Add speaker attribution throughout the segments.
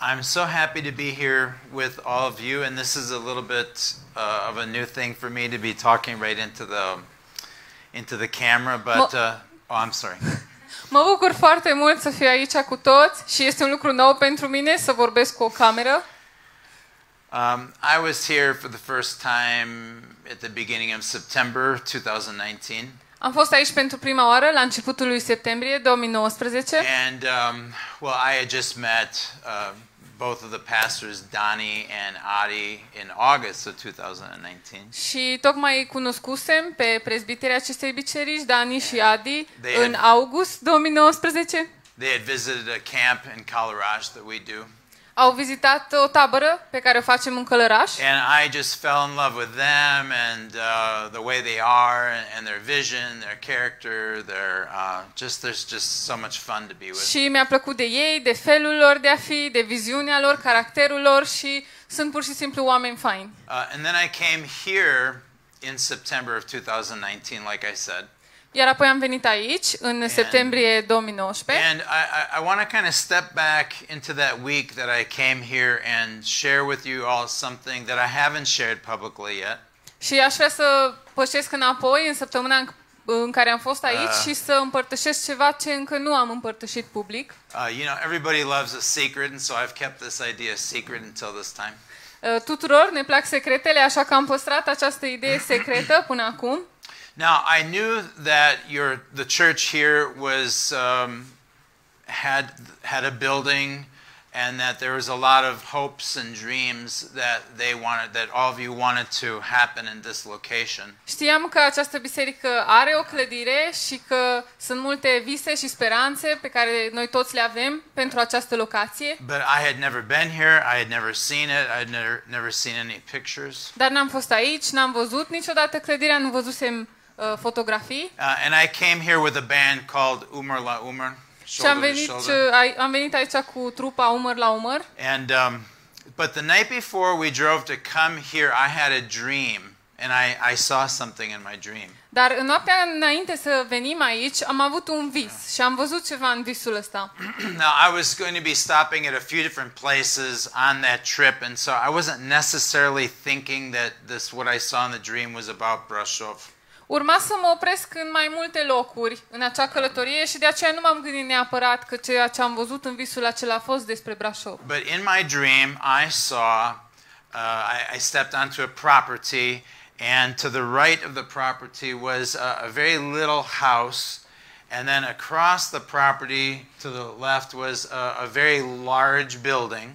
Speaker 1: I'm so happy to be here with all of you, and this is a little bit uh, of a new thing for me to be talking right into the into the camera. But
Speaker 2: Mo-
Speaker 1: uh, oh, I'm sorry.
Speaker 2: Mă bucur foarte mult să fiu aici cu toți și este un lucru nou pentru mine să vorbesc cu o cameră.
Speaker 1: Um, I was here for the first time at the beginning of September 2019,
Speaker 2: Am fost aici pentru prima oară la începutul lui septembrie 2019
Speaker 1: and um, well, I had just met uh, both of the pastors, Donnie and Adi, in August of 2019.
Speaker 2: și tocmai cunoscusem pe prezbiterii acestei biserici, Dani și Adi,
Speaker 1: They-
Speaker 2: în august 2019.
Speaker 1: They had visited a camp in Colorado that we do.
Speaker 2: Au vizitat o tabără pe care o facem în Călăraș
Speaker 1: And I just fell in love with them and uh, the way they are and, and their vision, their character, their uh, just there's just so much fun to be with.
Speaker 2: și mi-a plăcut de ei, de felul lor de a fi, de viziunea lor, caracterul lor și sunt pur și simplu oameni faini.
Speaker 1: Uh, and then I came here in September of 2019, like I said.
Speaker 2: Iar apoi am venit aici în septembrie 2019.
Speaker 1: And I, I, I want to kind of step back into that week that I came here and share with you all something that I haven't shared publicly yet.
Speaker 2: Și aș vrea să pășesc înapoi în săptămâna în- în care am fost aici
Speaker 1: Ah.
Speaker 2: și să împărtășesc ceva ce încă nu am împărtășit public.
Speaker 1: Uh, you know, everybody loves a secret, and so I've kept this idea secret until this time.
Speaker 2: Uh, Tuturor ne plac secretele, așa că am păstrat această idee secretă până acum.
Speaker 1: Now I knew that your the church here was um, had had a building, and that there was a lot of hopes and dreams that they wanted that all of you wanted to happen in this location.
Speaker 2: Știam că această biserică are o clădire și că sunt multe vise și speranțe pe care noi toți le avem pentru această locație,
Speaker 1: But I had never been here. I had never seen it. I had never never seen any pictures.
Speaker 2: dar n-am fost aici, n-am văzut niciodată clădirea, nu văzusem uh, fotografii.
Speaker 1: Uh, and I came here with a band called Umar La Umar,
Speaker 2: Și am
Speaker 1: shoulder to
Speaker 2: venit,
Speaker 1: shoulder.
Speaker 2: uh, ai- am venit aici cu trupa umăr la umăr
Speaker 1: And um, but the night before we drove to come here, I had a dream, and I, I saw something in my dream.
Speaker 2: Dar în noaptea înainte să venim aici, am avut un vis și am văzut ceva în visul ăsta.
Speaker 1: Now I was going to be stopping at a few different places on that trip, and so I wasn't necessarily thinking that this what I saw in the dream was about Brashov.
Speaker 2: Urma să mă opresc în mai multe locuri în acea călătorie și de aceea nu m-am gândit neapărat că ceea ce am văzut în visul acela a fost despre Brașov.
Speaker 1: But in my dream, I saw uh, I, I stepped onto a property, and to the right of the property was a, a very little house, and then across the property to the left was a, a very large building.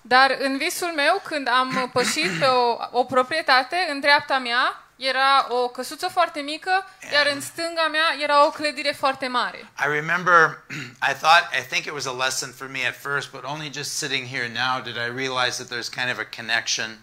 Speaker 2: Dar în visul meu, când am pășit pe o, o proprietate, în dreapta mea era o căsuță foarte mică, iar în stânga mea era o clădire foarte mare.
Speaker 1: I remember I thought I think it was a lesson for me at first, but only just sitting here now did I realize that there's kind of a connection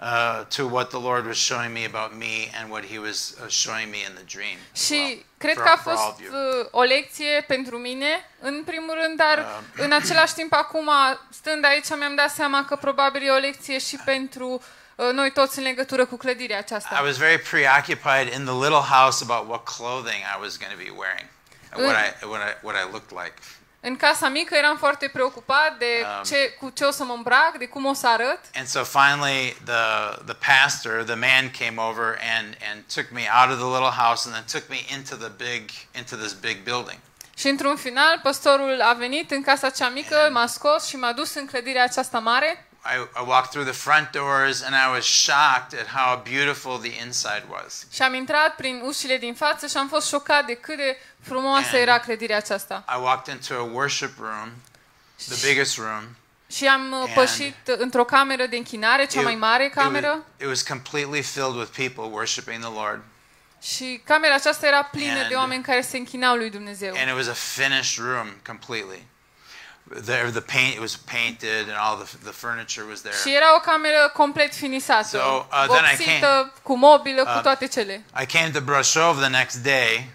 Speaker 1: uh, to what the Lord was showing me about me and what He was uh, showing me in the dream. as
Speaker 2: Și
Speaker 1: well,
Speaker 2: cred
Speaker 1: for-
Speaker 2: că a
Speaker 1: for all
Speaker 2: fost
Speaker 1: of you.
Speaker 2: uh, o lecție pentru mine, în primul rând, dar în același timp acum, stând aici, mi-am dat seama că probabil e o lecție și pentru uh, noi toți în legătură cu clădirea
Speaker 1: I
Speaker 2: aceasta.
Speaker 1: was very preoccupied in the little house about what clothing I was going to be wearing, and what I what I what I looked like.
Speaker 2: În casa mică eram foarte preocupat de
Speaker 1: Um,
Speaker 2: ce, cu ce o să mă îmbrac, de cum o să arăt.
Speaker 1: And so finally, the the pastor, the man, came over and and took me out of the little house and then took me into the big into this big building.
Speaker 2: Și într-un final, păstorul a venit în casa cea mică, m-a scos și m-a dus în clădirea aceasta mare.
Speaker 1: I, I walked through the front doors and I was shocked at how beautiful the inside was.
Speaker 2: Și am intrat prin ușile din față și am fost șocat de cât de frumoasă era clădirea aceasta.
Speaker 1: I walked into a worship room, the biggest room.
Speaker 2: Și am uh, pășit într-o cameră de închinare, cea mai mare
Speaker 1: It was,
Speaker 2: cameră,
Speaker 1: it was completely filled with people worshiping the Lord.
Speaker 2: și camera aceasta era plină
Speaker 1: And-
Speaker 2: de oameni care se închinau lui Dumnezeu.
Speaker 1: And it was a finished room completely. There, the paint it was painted and all the, the furniture was there.
Speaker 2: Și era o cameră complet
Speaker 1: So,
Speaker 2: finisată,
Speaker 1: uh, then I
Speaker 2: vopsită, cu mobilă,
Speaker 1: Uh,
Speaker 2: cu toate cele.
Speaker 1: I came to Brasov the next day,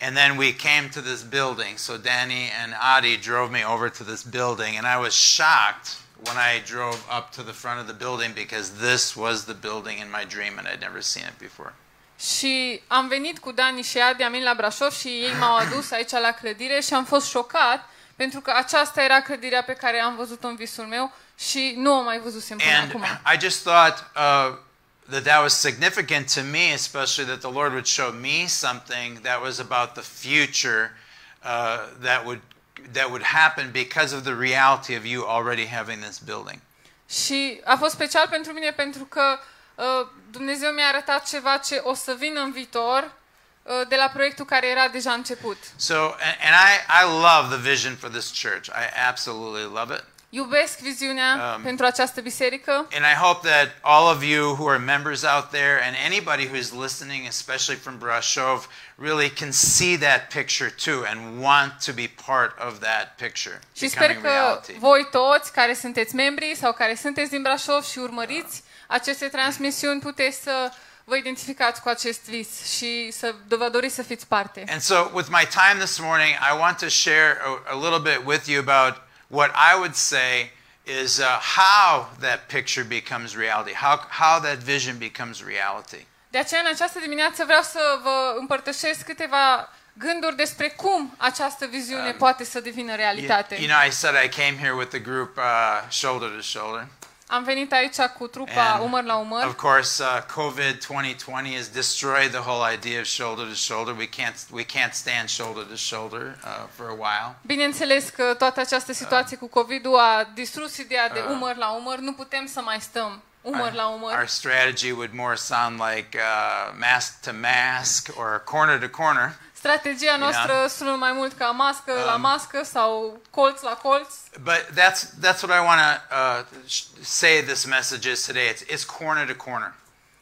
Speaker 1: and then we came to this building. So Danny and Adi drove me over to this building, and I was shocked when I drove up to the front of the building because this was the building in my dream, and I'd never seen it before.
Speaker 2: Și am venit cu Dani și Adi, am venit la Brașov și ei m-au adus aici la clădire și am fost șocat pentru că aceasta era clădirea pe care am văzut-o în visul meu și nu o mai văzusem până
Speaker 1: And
Speaker 2: acum.
Speaker 1: I just thought uh, that that was significant to me, especially that the Lord would show me something that was about the future uh, that would that would happen because of the reality of you already having this building.
Speaker 2: Și a fost special pentru mine pentru că uh, Dumnezeu mi-a arătat ceva ce o să vină în viitor uh, de la proiectul care era deja început.
Speaker 1: So, and, and I I love the vision for this church. I absolutely love it.
Speaker 2: Iubesc viziunea
Speaker 1: Um,
Speaker 2: um, pentru această biserică
Speaker 1: And I hope that all of you who are members out there and anybody who's listening, especially from Brashov, really can see that picture too and want to be part of that picture
Speaker 2: și sper
Speaker 1: becoming
Speaker 2: că
Speaker 1: reality.
Speaker 2: voi toți care sunteți membri sau care sunteți din Brașov și urmăriți aceste transmisiuni puteți să vă identificați cu acest vis și să vă doriți să fiți parte.
Speaker 1: And so, with my time this morning, I want to share a, a little bit with you about what I would say is uh, how that picture becomes reality, how, how that vision becomes reality.
Speaker 2: De aceea, în această dimineață vreau să vă împărtășesc câteva gânduri despre cum această viziune poate să devină
Speaker 1: You,
Speaker 2: realitate.
Speaker 1: Um, you know, I said I came here with the group uh, shoulder to shoulder.
Speaker 2: Am venit aici cu trupa
Speaker 1: And
Speaker 2: umăr la umăr.
Speaker 1: Of course, uh, COVID 2020 has destroyed the whole idea of shoulder to shoulder. We can't we can't stand shoulder to shoulder uh, for a while.
Speaker 2: Bineînțeles că toată această
Speaker 1: um,
Speaker 2: situație cu COVID-ul a distrus ideea de umăr la umăr. Nu putem să mai stăm umăr la
Speaker 1: um, Our
Speaker 2: umăr.
Speaker 1: strategy would more sound like uh, mask to mask or corner to corner.
Speaker 2: Strategia noastră sună mai mult ca mască
Speaker 1: um,
Speaker 2: la mască sau colț la colț.
Speaker 1: But that's that's what I want to uh, sh- say. This message is today. It's it's corner to corner.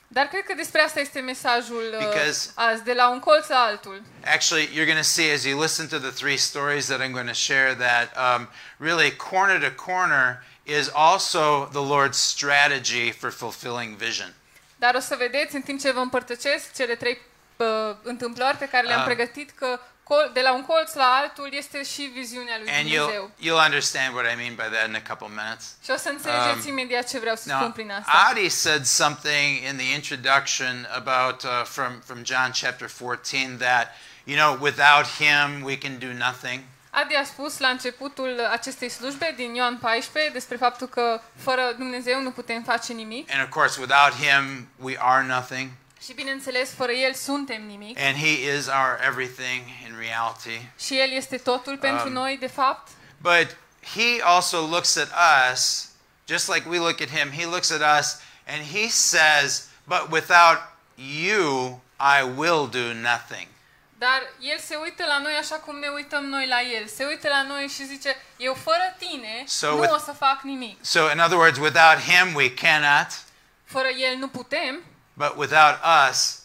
Speaker 2: Dar cred că despre asta este mesajul uh,
Speaker 1: Because-
Speaker 2: azi, de la un colț la altul.
Speaker 1: Actually, you're going to see as you listen to the three stories that I'm going to share that um, really corner to corner is also the Lord's strategy for fulfilling vision.
Speaker 2: Dar o să vedeți în timp ce vă împărtășesc cele trei uh, întâmplări pe care le-am
Speaker 1: Ah.
Speaker 2: pregătit că col- de la un colț la altul este și viziunea lui
Speaker 1: And
Speaker 2: Dumnezeu.
Speaker 1: you'll you'll understand what I mean by that in a couple minutes.
Speaker 2: Și o să înțelegeți
Speaker 1: Um, Ah.
Speaker 2: imediat ce vreau să spun
Speaker 1: Now,
Speaker 2: prin asta.
Speaker 1: Adi said something in the introduction about uh, from from John chapter 14 that you know without him we can do nothing.
Speaker 2: Adi a spus la începutul acestei slujbe din Ioan 14 despre faptul că fără Dumnezeu nu putem face nimic
Speaker 1: And of course, without him, we are nothing.
Speaker 2: și bineînțeles fără El suntem nimic
Speaker 1: And he is our everything in reality.
Speaker 2: și El este totul
Speaker 1: Um.
Speaker 2: pentru noi de fapt.
Speaker 1: But he also looks at us, just like we look at him, he looks at us and he says, But without you, I will do nothing.
Speaker 2: Dar El se uită la noi așa cum ne uităm noi la El. Se uită la noi și zice, eu fără tine
Speaker 1: So
Speaker 2: nu
Speaker 1: with-
Speaker 2: o să fac nimic.
Speaker 1: So, in other words, without him, we cannot.
Speaker 2: Fără el nu putem,
Speaker 1: But without us,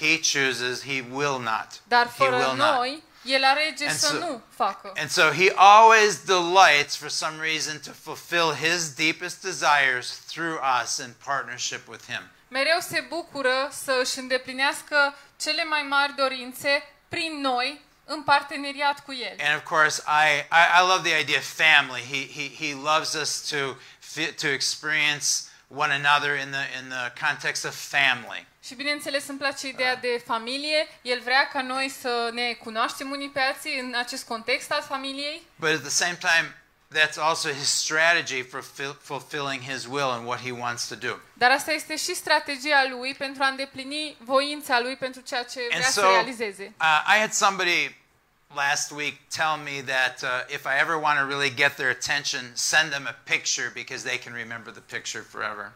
Speaker 1: he chooses, he will not.
Speaker 2: dar
Speaker 1: He
Speaker 2: fără
Speaker 1: will not.
Speaker 2: noi, el alege
Speaker 1: And
Speaker 2: să
Speaker 1: so-
Speaker 2: nu facă.
Speaker 1: And so he always delights for some reason to fulfill his deepest desires through us in partnership with him.
Speaker 2: Mereu se bucură să își îndeplinească cele mai mari dorințe prin noi, în parteneriat cu el.
Speaker 1: And of course, I, I, I love the idea of family. He, he, he loves us to, fi- to experience one another in the, in the context of family.
Speaker 2: Și bineînțeles îmi place ideea de familie. El vrea ca noi să ne cunoaștem unii pe alții în acest context al familiei,
Speaker 1: But at the same time, that's also his strategy for fil- fulfilling his will and what he wants to do.
Speaker 2: dar asta este și strategia lui pentru a îndeplini voința lui pentru ceea ce
Speaker 1: And
Speaker 2: vrea să
Speaker 1: so-
Speaker 2: realizeze.
Speaker 1: Uh, I had somebody last week tell me that uh, if I ever want to really get their attention, send them a picture because they can remember the picture forever.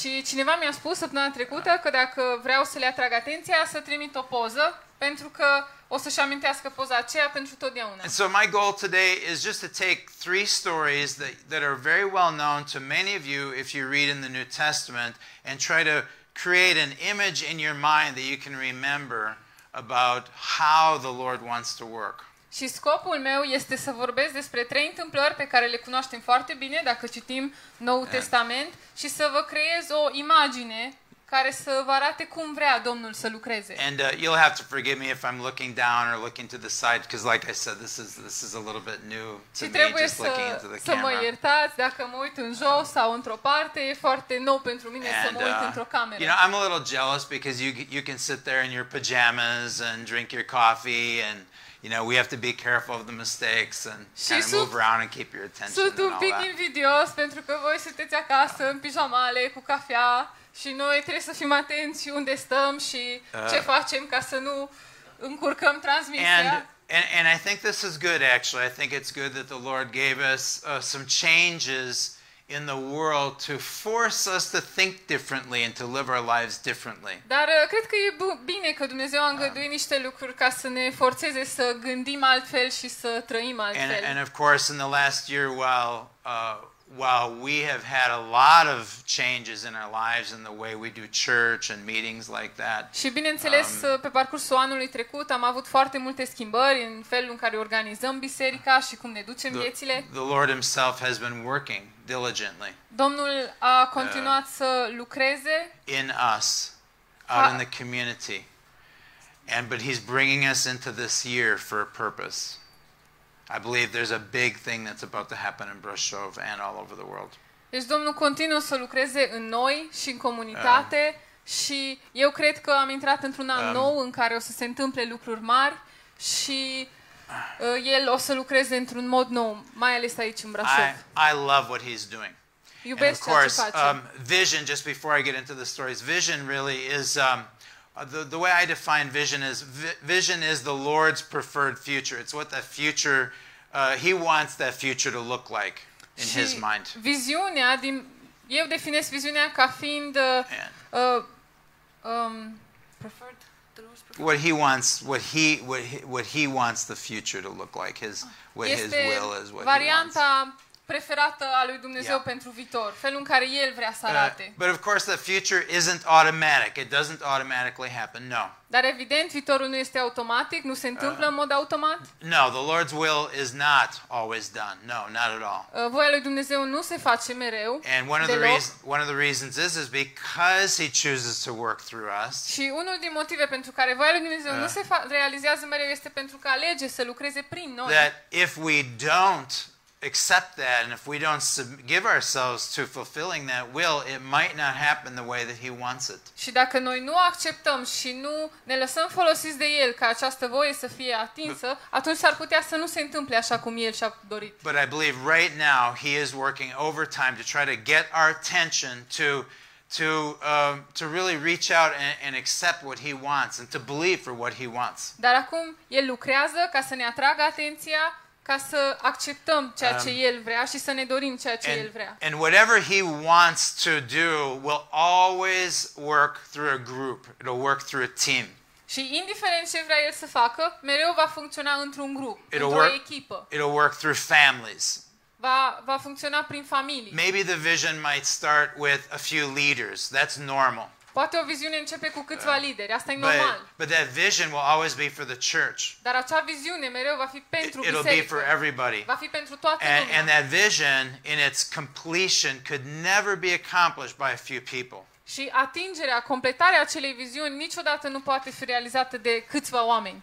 Speaker 2: Și cineva mi-a spus săptămâna trecută că dacă vreau să le atrag atenția, să trimit o poză, pentru că o să-și amintească poza aceea pentru totdeauna.
Speaker 1: And so my goal today is just to take three stories that, that are very well known to many of you if you read in the New Testament and try to create an image in your mind that you can remember about how the Lord wants to work.
Speaker 2: Și scopul meu este să vorbesc despre trei întâmplări pe care le cunoaștem foarte bine dacă citim
Speaker 1: Da.
Speaker 2: Noul Testament și să vă creez o imagine care să vă arate cum vrea Domnul să lucreze.
Speaker 1: And uh, you'll have to forgive me if I'm looking down or looking to the side because, like I said, this is this is a little bit new to
Speaker 2: Și
Speaker 1: me,
Speaker 2: trebuie
Speaker 1: just looking
Speaker 2: să,
Speaker 1: into the
Speaker 2: să mă
Speaker 1: camera.
Speaker 2: iertați dacă mă uit în jos sau într-o parte, e foarte nou pentru mine să
Speaker 1: And
Speaker 2: mă uit
Speaker 1: uh,
Speaker 2: într-o cameră.
Speaker 1: you know, I'm a little jealous because you you can sit there in your pajamas and drink your coffee and you know, we have to be careful of the mistakes and
Speaker 2: Și
Speaker 1: kind of
Speaker 2: sunt-
Speaker 1: move around and keep your attention
Speaker 2: Sunt
Speaker 1: and
Speaker 2: un
Speaker 1: all
Speaker 2: pic
Speaker 1: that.
Speaker 2: invidios pentru că voi sunteți acasă în pijamale cu cafea și noi trebuie să fim atenți unde stăm și
Speaker 1: Ah.
Speaker 2: ce facem ca să nu încurcăm
Speaker 1: And,
Speaker 2: transmisia.
Speaker 1: and and I think this is good actually. I think it's good that the Lord gave us uh, some changes in the world to force us to think differently and to live our lives differently.
Speaker 2: Dar uh, cred că e bu- bine că Dumnezeu a
Speaker 1: Ah.
Speaker 2: îngăduit niște lucruri ca să ne forțeze să gândim altfel și să trăim
Speaker 1: And,
Speaker 2: altfel.
Speaker 1: and of course, in the last year, while uh, while we have had a lot of changes in our lives in the way we do church and meetings like that,
Speaker 2: Și bineînțeles,
Speaker 1: Um.
Speaker 2: uh, pe parcursul anului trecut am avut foarte multe schimbări în felul în care organizăm biserica și cum ne ducem
Speaker 1: the,
Speaker 2: viețile.
Speaker 1: the Lord Himself has been working diligently
Speaker 2: Domnul a
Speaker 1: Da.
Speaker 2: continuat să lucreze
Speaker 1: in us, out in
Speaker 2: Ha-
Speaker 1: the community, and but He's bringing us into this year for a purpose. I believe there's a big thing that's about to happen in Brashov and all over the world.
Speaker 2: Deci Domnul continuă să lucreze în noi și în comunitate și eu cred că am intrat într-un an nou în care o să se întâmple lucruri mari și uh, el o să lucreze într-un mod nou, mai ales aici în
Speaker 1: I
Speaker 2: Brașov.
Speaker 1: I love what He's doing. And of
Speaker 2: Iubesc ceea ce
Speaker 1: course,
Speaker 2: face.
Speaker 1: um, vision, just before I get into the stories, vision really is um, uh, the, the way I define vision is vi- vision is the Lord's preferred future. It's what the future, uh, He wants that future to look like in His
Speaker 2: Și
Speaker 1: mind.
Speaker 2: Viziunea din eu definesc viziunea ca fiind uh,
Speaker 1: And
Speaker 2: uh, um, preferred
Speaker 1: what He wants, what He, what He, what He wants the future to look like, His, what His
Speaker 2: este
Speaker 1: will is, what He wants.
Speaker 2: varianta preferată a lui Dumnezeu
Speaker 1: Yeah.
Speaker 2: pentru viitor, felul în care el vrea să
Speaker 1: Uh,
Speaker 2: arate.
Speaker 1: but of course, the future isn't automatic. It doesn't automatically happen. No.
Speaker 2: Dar evident, viitorul nu este automatic, nu se întâmplă în mod automat. Uh,
Speaker 1: No, the Lord's will is not always done. No, not at all.
Speaker 2: Uh, Voia lui Dumnezeu nu se face mereu.
Speaker 1: And one of the
Speaker 2: Deloc.
Speaker 1: reasons one of the reasons is is because he chooses to work through us.
Speaker 2: Și unul din motive pentru care voia lui Dumnezeu
Speaker 1: Da.
Speaker 2: nu se fa- realizează mereu este pentru că alege să lucreze prin noi.
Speaker 1: That if we don't accept that and if we don't sub- give ourselves to fulfilling that will, it might not happen the way that he wants it.
Speaker 2: Și dacă noi nu acceptăm și nu ne lăsăm folosiți de el ca această voie să fie atinsă, atunci s-ar putea să nu se întâmple așa cum el și-a dorit.
Speaker 1: But I believe right now he is working overtime to try to get our attention to to um, to really reach out and, and accept what he wants and to believe for what he wants.
Speaker 2: Dar acum el lucrează ca să ne atragă atenția, ca să acceptăm ceea ce el vrea și să ne dorim ceea ce el
Speaker 1: Um, And,
Speaker 2: vrea.
Speaker 1: and whatever he wants to do will always work through a group. It'll work through a team.
Speaker 2: Și indiferent ce vrea el să facă, mereu va funcționa într-un grup, într-o
Speaker 1: work.
Speaker 2: echipă.
Speaker 1: It'll work through families.
Speaker 2: Va, va funcționa prin familie.
Speaker 1: Maybe the vision might start with a few leaders. That's normal.
Speaker 2: Poate o viziune începe cu câțiva lideri, asta e
Speaker 1: But,
Speaker 2: normal.
Speaker 1: but that vision will always be for the church.
Speaker 2: Dar acea viziune mereu va fi
Speaker 1: It,
Speaker 2: pentru
Speaker 1: will be for
Speaker 2: biserică.
Speaker 1: everybody.
Speaker 2: Va fi pentru toată
Speaker 1: And,
Speaker 2: lumea.
Speaker 1: and that vision, in its completion, could never be accomplished by a few people.
Speaker 2: Și atingerea, completarea acelei viziuni niciodată nu poate fi realizată de câțiva oameni.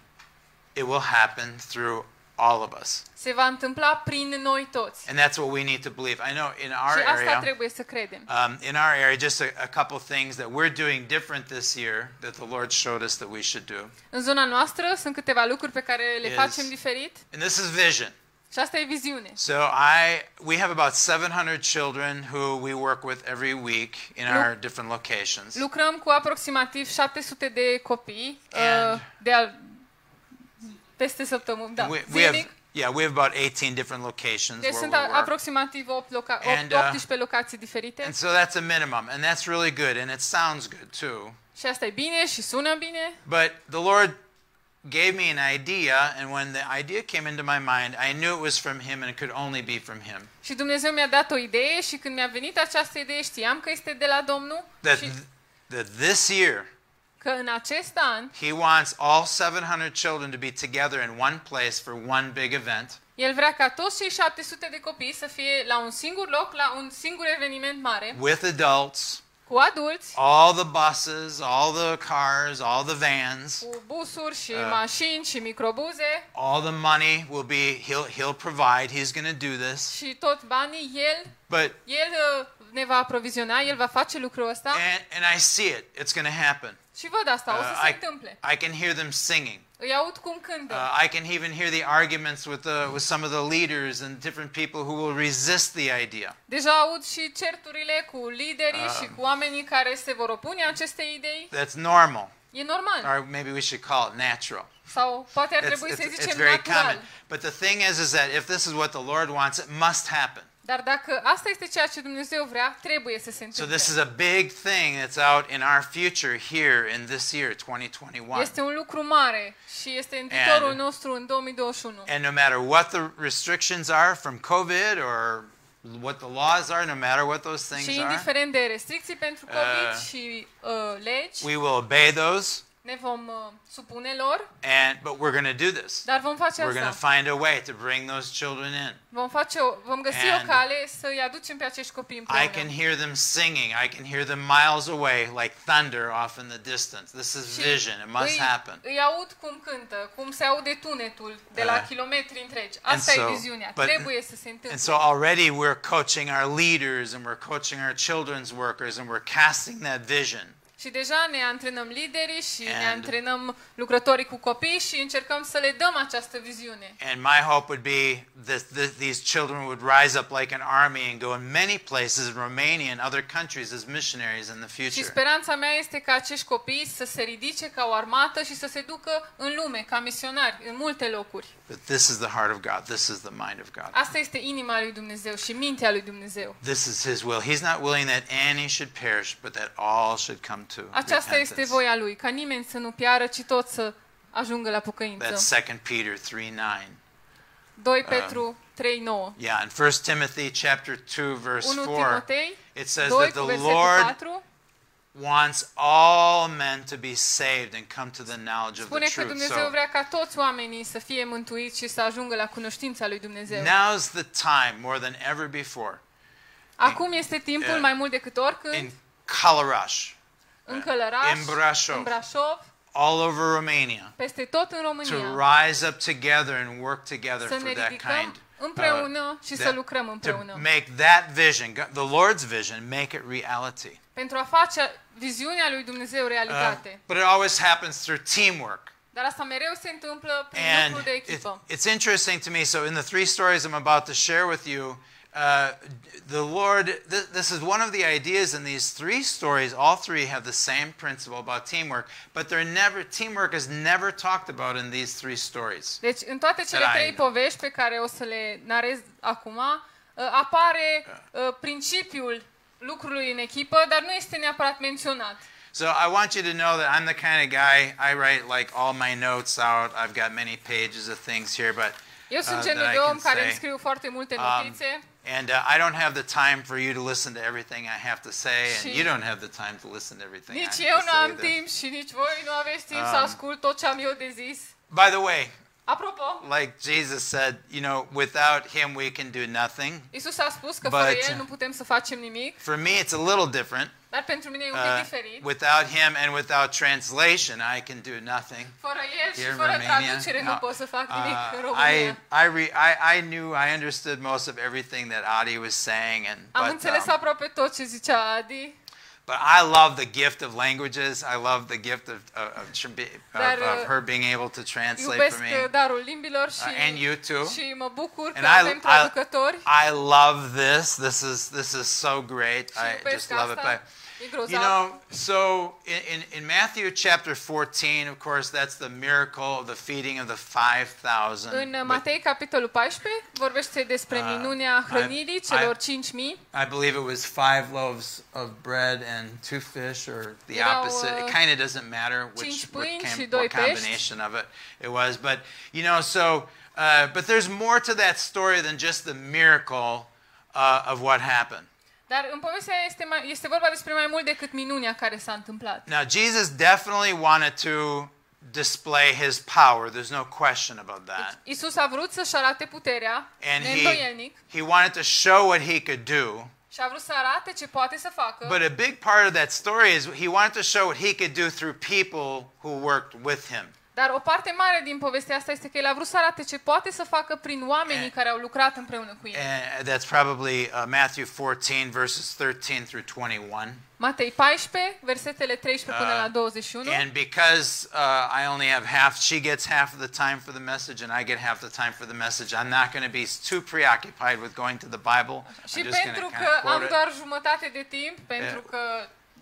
Speaker 1: It will happen through all of us.
Speaker 2: Se va întâmpla prin noi toți.
Speaker 1: And that's what we need to believe. I know in our
Speaker 2: Și asta
Speaker 1: area,
Speaker 2: trebuie să credem.
Speaker 1: um, in our area, just a, a couple things that we're doing different this year that the Lord showed us that we should do.
Speaker 2: În zona noastră sunt câteva lucruri pe care le
Speaker 1: Is-
Speaker 2: facem diferit
Speaker 1: And this is vision.
Speaker 2: și asta e viziune.
Speaker 1: So I, we have about 700 children who we work with every week in our different locations.
Speaker 2: Lucrăm cu aproximativ 700 de copii
Speaker 1: And-
Speaker 2: uh, de al... peste săptămâni, da,
Speaker 1: And we, we have,
Speaker 2: zilnic.
Speaker 1: yeah, we have about 18 different locations
Speaker 2: Deci
Speaker 1: where
Speaker 2: sunt
Speaker 1: we
Speaker 2: a-
Speaker 1: work.
Speaker 2: aproximativ 8 loca-
Speaker 1: And,
Speaker 2: 8,
Speaker 1: uh,
Speaker 2: 18 locații diferite
Speaker 1: And so that's a minimum, and that's really good, and it sounds good too.
Speaker 2: și asta e bine și sună bine.
Speaker 1: But the Lord gave me an idea, and when the idea came into my mind, I knew it was from Him and it could only be from Him.
Speaker 2: Și Dumnezeu mi-a dat o idee și când mi-a venit această idee știam că este de la Domnul
Speaker 1: That,
Speaker 2: și
Speaker 1: th- that this year,
Speaker 2: că în acest an
Speaker 1: He wants all 700 children to be together in one place for one big event.
Speaker 2: El vrea ca toți cei 700 de copii să fie la un singur loc, la un singur eveniment mare,
Speaker 1: with adults,
Speaker 2: cu adulți,
Speaker 1: all the buses, all the cars, all the vans,
Speaker 2: cu busuri și
Speaker 1: Uh.
Speaker 2: mașini și microbuze
Speaker 1: all the money will be he'll he'll provide. He's going to do this.
Speaker 2: și tot banii El
Speaker 1: But
Speaker 2: El uh, ne va aproviziona, El va face lucrul ăsta
Speaker 1: and, and I see it. It's going to happen.
Speaker 2: și văd asta, o
Speaker 1: Uh,
Speaker 2: să se
Speaker 1: I,
Speaker 2: întâmple.
Speaker 1: I can hear them singing.
Speaker 2: Îi aud cum cântă.
Speaker 1: Uh, I can even hear the arguments with the with some of the leaders and different people who will resist the idea.
Speaker 2: Deja aud și certurile cu liderii
Speaker 1: Ah.
Speaker 2: și cu oamenii care se vor opune acestei idei.
Speaker 1: That's normal,
Speaker 2: E normal.
Speaker 1: or maybe we should call it natural.
Speaker 2: Sau poate ar
Speaker 1: Ah. It's,
Speaker 2: trebui
Speaker 1: it's,
Speaker 2: să
Speaker 1: it's
Speaker 2: zicem
Speaker 1: very common.
Speaker 2: natural.
Speaker 1: But the thing is, is that if this is what the Lord wants, it must happen.
Speaker 2: Dar dacă asta este ceea ce Dumnezeu vrea, trebuie să se
Speaker 1: So
Speaker 2: întâmple.
Speaker 1: this is a big thing that's out in our future here in this year, 2021.
Speaker 2: Este un lucru mare și este în
Speaker 1: And-
Speaker 2: viitorul nostru în 2021.
Speaker 1: And no matter what the restrictions are from COVID or what the laws are, no matter what those
Speaker 2: Și
Speaker 1: things are,
Speaker 2: indiferent de restricții pentru COVID
Speaker 1: Uh,
Speaker 2: și uh, legi,
Speaker 1: we will obey those.
Speaker 2: ne vom uh, supune lor,
Speaker 1: And but we're going to do this.
Speaker 2: dar vom face
Speaker 1: We're going to
Speaker 2: asta.
Speaker 1: find a way to bring those children in.
Speaker 2: Vom, face o, vom găsi
Speaker 1: And-
Speaker 2: o cale să-i aducem pe acești copii
Speaker 1: I can
Speaker 2: împreună.
Speaker 1: hear them singing. I can hear them miles away like thunder off in the distance. This is
Speaker 2: Și
Speaker 1: vision. It must
Speaker 2: Îi,
Speaker 1: happen.
Speaker 2: îi aud cum cântă, cum se aude tunetul de la
Speaker 1: Uh,
Speaker 2: kilometri întregi. Asta
Speaker 1: so-
Speaker 2: e viziunea.
Speaker 1: but-
Speaker 2: Trebuie să se întâmple.
Speaker 1: And so already we're coaching our leaders and we're coaching our children's workers and we're casting that vision.
Speaker 2: Și deja ne antrenăm liderii și ne
Speaker 1: And-
Speaker 2: antrenăm lucrătorii cu copii și încercăm să le dăm această viziune.
Speaker 1: And my hope would be that th- these children would rise up like an army and go in many places in Romania and other countries as missionaries in the
Speaker 2: Și
Speaker 1: future.
Speaker 2: speranța mea este ca acești copii să se ridice ca o armată și să se ducă în lume, ca misionari, în multe locuri.
Speaker 1: But this is the heart of God. This is the mind of God.
Speaker 2: Asta este inima lui Dumnezeu și mintea lui Dumnezeu.
Speaker 1: This is his will. He's not willing that any should perish, but that all should come to
Speaker 2: Aceasta este
Speaker 1: repentance.
Speaker 2: voia lui, ca nimeni să nu piară, ci toți să ajungă la
Speaker 1: That's um,
Speaker 2: pocăință.
Speaker 1: 2 Peter 3 9.
Speaker 2: 2 Petru 3, 9.
Speaker 1: Yeah, in 1 Timothy chapter 2, verse
Speaker 2: 1
Speaker 1: 4,
Speaker 2: Timotei
Speaker 1: it says
Speaker 2: 2
Speaker 1: that
Speaker 2: cu
Speaker 1: the
Speaker 2: versetul
Speaker 1: Lord
Speaker 2: 4
Speaker 1: wants all men to be saved and come to the knowledge of the
Speaker 2: spune că
Speaker 1: truth.
Speaker 2: Dumnezeu
Speaker 1: So
Speaker 2: vrea ca toți oamenii să fie mântuiți și să ajungă la cunoștința lui Dumnezeu.
Speaker 1: now's the time more than ever before
Speaker 2: Acum este timpul
Speaker 1: uh,
Speaker 2: mai mult decât
Speaker 1: in uh,
Speaker 2: oricând
Speaker 1: Kalarash,
Speaker 2: în Călăraș,
Speaker 1: in Brașov.
Speaker 2: în Brașov,
Speaker 1: all over Romania,
Speaker 2: peste tot în
Speaker 1: to
Speaker 2: România.
Speaker 1: rise up together and work together
Speaker 2: să ne
Speaker 1: for that kind. uh,
Speaker 2: ridicăm împreună și să
Speaker 1: that-
Speaker 2: lucrăm
Speaker 1: to
Speaker 2: împreună.
Speaker 1: make that vision, go- the Lord's vision, make it reality.
Speaker 2: Pentru a face viziunea lui Dumnezeu
Speaker 1: Uh,
Speaker 2: realitate.
Speaker 1: but it always happens through teamwork.
Speaker 2: Dar asta mereu se întâmplă prin
Speaker 1: And
Speaker 2: lucru de
Speaker 1: it's,
Speaker 2: echipă.
Speaker 1: it's interesting to me. So, in the three stories I'm about to share with you, uh, the Lord, th- this is one of the ideas in these three stories. All three have the same principle about teamwork, but they're never, teamwork is never talked about in these three stories.
Speaker 2: Deci, în toate cele
Speaker 1: Raină.
Speaker 2: trei povești pe care o să le narez acum, uh, apare uh, principiul lucrului în echipă, dar nu este neapărat menționat.
Speaker 1: So, I want you to know that I'm the kind of guy, I write like all my notes out. I've got many pages of things here, but.
Speaker 2: Eu sunt
Speaker 1: uh,
Speaker 2: genul
Speaker 1: that I
Speaker 2: de
Speaker 1: can
Speaker 2: om care îmi
Speaker 1: say.
Speaker 2: scriu foarte multe
Speaker 1: Um,
Speaker 2: notițe
Speaker 1: and uh, I don't have the time for you to listen to everything I have to say, and
Speaker 2: Și-
Speaker 1: you don't have the time to listen to everything I have
Speaker 2: Nici
Speaker 1: to
Speaker 2: eu nu
Speaker 1: say
Speaker 2: am
Speaker 1: either.
Speaker 2: timp și nici voi nu aveți timp să
Speaker 1: Um,
Speaker 2: ascult tot ce am eu de zis.
Speaker 1: By the way,
Speaker 2: Apropo,
Speaker 1: like Jesus said, you know, without him we can do nothing.
Speaker 2: Isus a spus că
Speaker 1: But,
Speaker 2: fără
Speaker 1: uh,
Speaker 2: El nu putem să facem nimic,
Speaker 1: For me, it's a little different.
Speaker 2: dar pentru mine e un
Speaker 1: Uh,
Speaker 2: pic diferit.
Speaker 1: without him and without translation, I can do nothing.
Speaker 2: Fără El
Speaker 1: Here
Speaker 2: și
Speaker 1: in
Speaker 2: fără
Speaker 1: Romania,
Speaker 2: traducere
Speaker 1: no,
Speaker 2: nu pot să fac nimic
Speaker 1: uh,
Speaker 2: în
Speaker 1: I,
Speaker 2: România.
Speaker 1: I, re, I, I knew, I understood most of everything that Adi was saying, and
Speaker 2: Am
Speaker 1: but,
Speaker 2: înțeles
Speaker 1: um,
Speaker 2: aproape tot ce zicea Adi,
Speaker 1: But I love the gift of languages. I love the gift of, of, of, tr- be-
Speaker 2: Dar,
Speaker 1: of, of
Speaker 2: uh,
Speaker 1: her being able to translate
Speaker 2: iubesc
Speaker 1: for me.
Speaker 2: uh, darul limbilor și,
Speaker 1: Uh, and you too.
Speaker 2: și mă bucur că
Speaker 1: And I-
Speaker 2: avem
Speaker 1: I-
Speaker 2: traducători
Speaker 1: I love this. This is this is so great.
Speaker 2: și
Speaker 1: I just
Speaker 2: iubesc
Speaker 1: love it.
Speaker 2: asta.
Speaker 1: But
Speaker 2: E
Speaker 1: you
Speaker 2: grozav.
Speaker 1: know, so in, in, in Matthew chapter 14, of course, that's the miracle of the feeding of the 5,000.
Speaker 2: În uh,
Speaker 1: with-
Speaker 2: Matei, capitolul 14, vorbește despre
Speaker 1: Uh,
Speaker 2: minunea hrănirii
Speaker 1: I've-
Speaker 2: celor
Speaker 1: I've-
Speaker 2: 5.000.
Speaker 1: I believe it was five loaves of bread and two fish, or the
Speaker 2: Erau,
Speaker 1: opposite. It
Speaker 2: uh,
Speaker 1: kind of doesn't matter which,
Speaker 2: cinci
Speaker 1: what,
Speaker 2: pâini
Speaker 1: cam-
Speaker 2: și
Speaker 1: what
Speaker 2: doi pești.
Speaker 1: combination of it it was, but you know, so uh, but there's more to that story than just the miracle uh, of what happened.
Speaker 2: Dar în povestea este, mai, este vorba despre mai mult decât minunea care s-a întâmplat.
Speaker 1: Now, Jesus definitely wanted to display his power. There's no question about that,
Speaker 2: Isus a vrut să-și arate puterea,
Speaker 1: and he
Speaker 2: neîndoielnic,
Speaker 1: he wanted to show what he could do.
Speaker 2: și a vrut să arate ce poate să facă.
Speaker 1: But a big part of that story is he wanted to show what he could do through people who worked with him.
Speaker 2: Dar o parte mare din povestea asta este că el a vrut să arate ce poate să facă prin
Speaker 1: Eh,
Speaker 2: oamenii care au lucrat împreună cu el.
Speaker 1: And eh, that's probably uh, Matthew 14, verses 13 through 21.
Speaker 2: Matei 14, versetele 13 până la 21.
Speaker 1: Ah, And because uh, I only have half, she gets half of the time for the message, and I get half the time for the message. I'm not going to be too preoccupied with going to the Bible.
Speaker 2: Și
Speaker 1: I'm just going to
Speaker 2: pentru
Speaker 1: kind
Speaker 2: că
Speaker 1: of
Speaker 2: am
Speaker 1: quote it.
Speaker 2: doar jumătate de timp, pentru că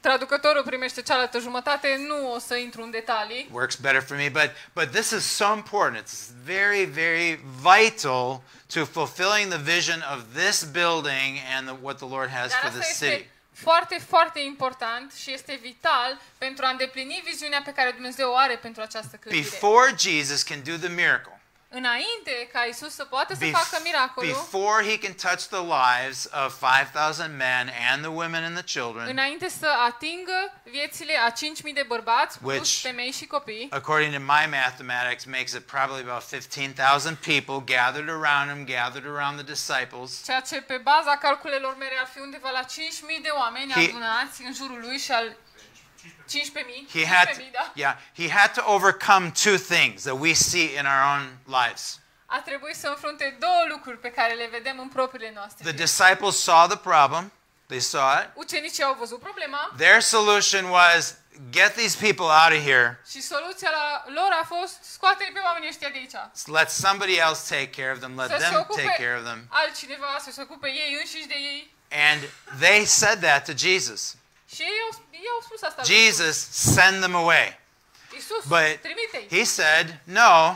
Speaker 2: traducătorul primește cealaltă jumătate, nu o să intru în detalii.
Speaker 1: Works better for me, but but this is so important. It's very very vital to fulfilling the vision of this building and the, what the Lord has
Speaker 2: Dar
Speaker 1: for
Speaker 2: asta
Speaker 1: this
Speaker 2: este
Speaker 1: city.
Speaker 2: foarte, foarte important și este vital pentru a îndeplini viziunea pe care Dumnezeu o are pentru această clădire.
Speaker 1: Before Jesus can do the miracle.
Speaker 2: Înainte ca Isus să poată să
Speaker 1: Bef-
Speaker 2: facă miracolul,
Speaker 1: before he can touch the lives of 5,000 men and the women and the children,
Speaker 2: înainte să atingă viețile a 5.000 de bărbați,
Speaker 1: Which-
Speaker 2: plus femei și copii,
Speaker 1: according to my mathematics, makes it probably about 15,000 people gathered around him, gathered around the disciples.
Speaker 2: ceea ce pe baza calculelor mele ar fi undeva la 5.000 de oameni
Speaker 1: He-
Speaker 2: adunați în jurul lui și al 15.000,
Speaker 1: He had,
Speaker 2: 15.000,
Speaker 1: to,
Speaker 2: da?
Speaker 1: yeah, he had to overcome two things that we see in our own lives.
Speaker 2: A trebuit să înfrunte două lucruri pe care le vedem în propriile noastre.
Speaker 1: The disciples saw the problem; they saw it.
Speaker 2: Ucenicii au văzut problema
Speaker 1: Their solution was get these people out of here.
Speaker 2: și soluția la lor a fost scoate pe oamenii ăștia de aici.
Speaker 1: Let somebody else take care of them. Let
Speaker 2: Să se
Speaker 1: them
Speaker 2: ocupe
Speaker 1: take care of them.
Speaker 2: altcineva să se ocupe ei înșiși de ei.
Speaker 1: And they said that to Jesus.
Speaker 2: Și ei au, ei au spus asta. lui
Speaker 1: Jesus, send them away.
Speaker 2: Isus,
Speaker 1: But
Speaker 2: trimite-i.
Speaker 1: he said, No,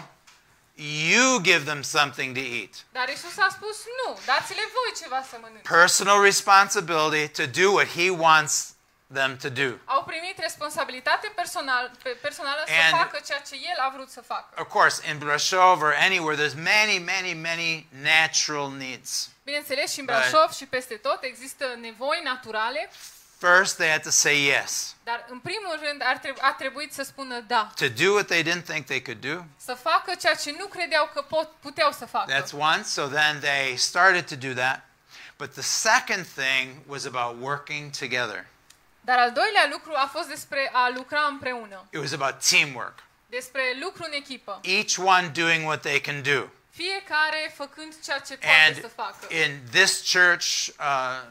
Speaker 1: you give them something to eat.
Speaker 2: Dar Isus a spus nu, dați-le voi ceva să mănânce.
Speaker 1: Personal responsibility to do what he wants them to do.
Speaker 2: Au primit responsabilitate personal, pe- personală să
Speaker 1: And-
Speaker 2: facă ceea ce El a vrut să facă.
Speaker 1: Of course, in Brasov or anywhere, there's many, many, many natural needs.
Speaker 2: Bineînțeles, și în
Speaker 1: Right.
Speaker 2: Brașov și peste tot există nevoi naturale,
Speaker 1: First, they had to say yes,
Speaker 2: dar în primul rând ar treb- a trebuit să spună da,
Speaker 1: to do what they didn't think they could do.
Speaker 2: să facă ceea ce nu credeau că pot, puteau să facă.
Speaker 1: That's one. So then they started to do that. But the second thing was about working together,
Speaker 2: Dar al doilea lucru a fost despre a lucra împreună,
Speaker 1: it was about teamwork.
Speaker 2: despre lucru în echipă,
Speaker 1: each one doing what they can do.
Speaker 2: fiecare făcând ceea ce poate
Speaker 1: And
Speaker 2: să facă.
Speaker 1: in this church, uh,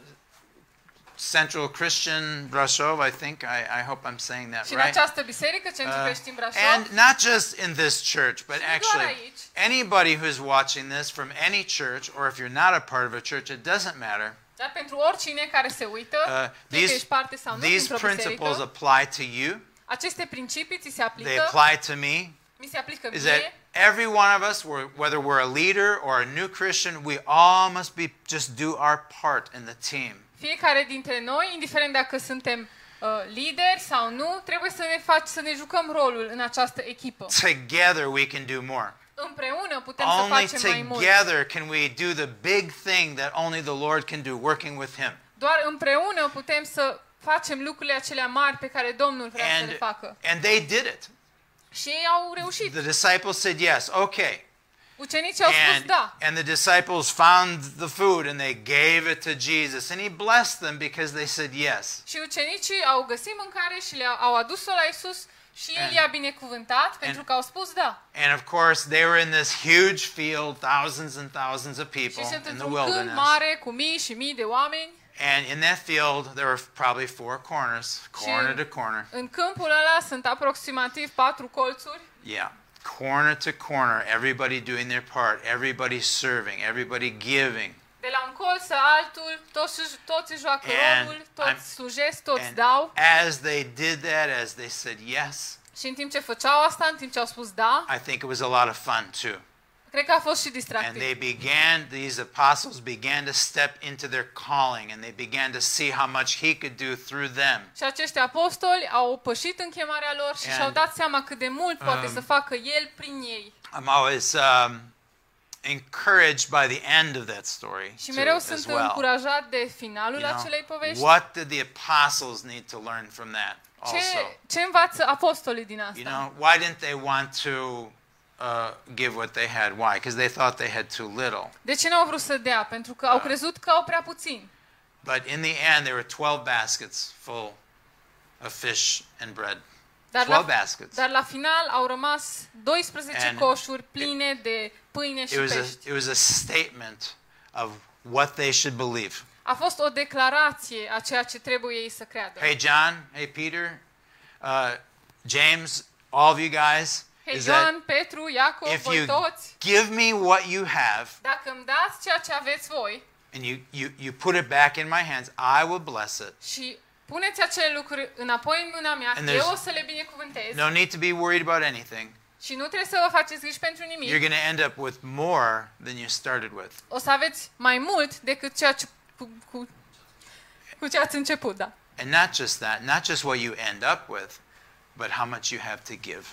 Speaker 1: Central Christian Brasov, I think, I, I hope I'm saying that
Speaker 2: și în
Speaker 1: right.
Speaker 2: această biserică, Centrul
Speaker 1: Uh,
Speaker 2: Creștin Brașov,
Speaker 1: and not just in this church, but
Speaker 2: Și nu doar
Speaker 1: actually
Speaker 2: aici.
Speaker 1: anybody who's watching this from any church, or if you're not a part of a church, it doesn't matter.
Speaker 2: dar pentru oricine care se uită,
Speaker 1: Uh,
Speaker 2: fie că
Speaker 1: these
Speaker 2: ești parte sau nu,
Speaker 1: these
Speaker 2: dintr-o
Speaker 1: principles
Speaker 2: biserică,
Speaker 1: apply to you.
Speaker 2: aceste principii ți se
Speaker 1: They
Speaker 2: aplică,
Speaker 1: apply to me.
Speaker 2: mi se aplică
Speaker 1: Is that
Speaker 2: mie,
Speaker 1: every one of us, we're- whether we're a leader or a new Christian, we all must be just do our part in the team.
Speaker 2: fiecare dintre noi, indiferent dacă suntem uh, lideri sau nu, trebuie să ne faci să ne jucăm rolul în această echipă.
Speaker 1: Together we can do more.
Speaker 2: Împreună putem să
Speaker 1: Only
Speaker 2: facem mai mult.
Speaker 1: together can we do the big thing that only the Lord can do, working with Him.
Speaker 2: Doar împreună putem să facem lucrurile acelea mari pe care Domnul vrea să
Speaker 1: And,
Speaker 2: le facă.
Speaker 1: and they did it.
Speaker 2: Și ei au reușit.
Speaker 1: The disciples said yes, okay.
Speaker 2: Ucenicii au spus
Speaker 1: And,
Speaker 2: da.
Speaker 1: and the disciples found the food and they gave it to Jesus. And He blessed them because they said yes.
Speaker 2: Și ucenicii au găsit mâncare și le-au adus-o la Isus și El
Speaker 1: And-
Speaker 2: i-a binecuvântat pentru că au spus da.
Speaker 1: And of course, they were in this huge field, thousands and thousands of people
Speaker 2: Și sunt
Speaker 1: oh, in the
Speaker 2: într-un câmp
Speaker 1: wilderness.
Speaker 2: mare cu mii și mii de oameni.
Speaker 1: And in that field, there were probably four corners, corner to corner.
Speaker 2: În câmpul ăla sunt aproximativ patru colțuri.
Speaker 1: Yeah. Corner to corner, everybody doing their part, everybody serving, everybody giving.
Speaker 2: De la un colț la altul, toți, își- toți își joacă
Speaker 1: And
Speaker 2: rolul,
Speaker 1: I'm-
Speaker 2: toți slujesc, toți
Speaker 1: And
Speaker 2: dau.
Speaker 1: as they did that, as they said yes,
Speaker 2: Și în timp ce făceau asta, în timp ce au spus da,
Speaker 1: I think it was a lot of fun too.
Speaker 2: cred că a fost și
Speaker 1: And
Speaker 2: distractiv.
Speaker 1: they began, these apostles began to step into their calling and they began to see how much he could do through them.
Speaker 2: Și acești apostoli au pășit în chemarea lor și
Speaker 1: And-
Speaker 2: și-au dat seama cât de mult poate
Speaker 1: Um,
Speaker 2: să facă El prin ei.
Speaker 1: I'm always um, encouraged by the end of that story
Speaker 2: Și
Speaker 1: too,
Speaker 2: mereu
Speaker 1: as
Speaker 2: sunt
Speaker 1: well.
Speaker 2: încurajat de finalul
Speaker 1: You know,
Speaker 2: acelei povești.
Speaker 1: what did the apostles need to learn from that
Speaker 2: ce,
Speaker 1: also?
Speaker 2: ce învață apostolii din asta?
Speaker 1: You know, why didn't they want to uh, give what they had? Why? Because they thought they had too little.
Speaker 2: de ce n-au vrut să dea? Pentru că
Speaker 1: Uh,
Speaker 2: au crezut că au prea puțin.
Speaker 1: But in the end, there were 12 baskets full of fish and bread.
Speaker 2: Dar
Speaker 1: 12
Speaker 2: la,
Speaker 1: baskets.
Speaker 2: dar la final au rămas 12
Speaker 1: And
Speaker 2: coșuri pline de pâine și
Speaker 1: It was,
Speaker 2: pește.
Speaker 1: a, it was a statement of what they should believe.
Speaker 2: A fost o declarație a ceea ce trebuie ei să creadă.
Speaker 1: Hey, John. Hey, Peter. Uh, James. All of you guys.
Speaker 2: Hei,
Speaker 1: is that
Speaker 2: Ioan, Petru, Iacov,
Speaker 1: if
Speaker 2: voi
Speaker 1: you
Speaker 2: toți,
Speaker 1: give me what you have
Speaker 2: dacă îmi dați ceea ce aveți voi
Speaker 1: and you, you, you put it back in my hands, I will bless it.
Speaker 2: și puneți acele lucruri înapoi în mâna mea,
Speaker 1: And there's-
Speaker 2: eu o să le binecuvântez
Speaker 1: No need to be worried about anything.
Speaker 2: și nu trebuie să vă faceți griji pentru
Speaker 1: You're
Speaker 2: nimic.
Speaker 1: going to end up with more than you started with.
Speaker 2: O să aveți mai mult decât ceea ce, cu, cu, cu ce ați început, da.
Speaker 1: And not just that, not just what you end up with, but how much you have to give.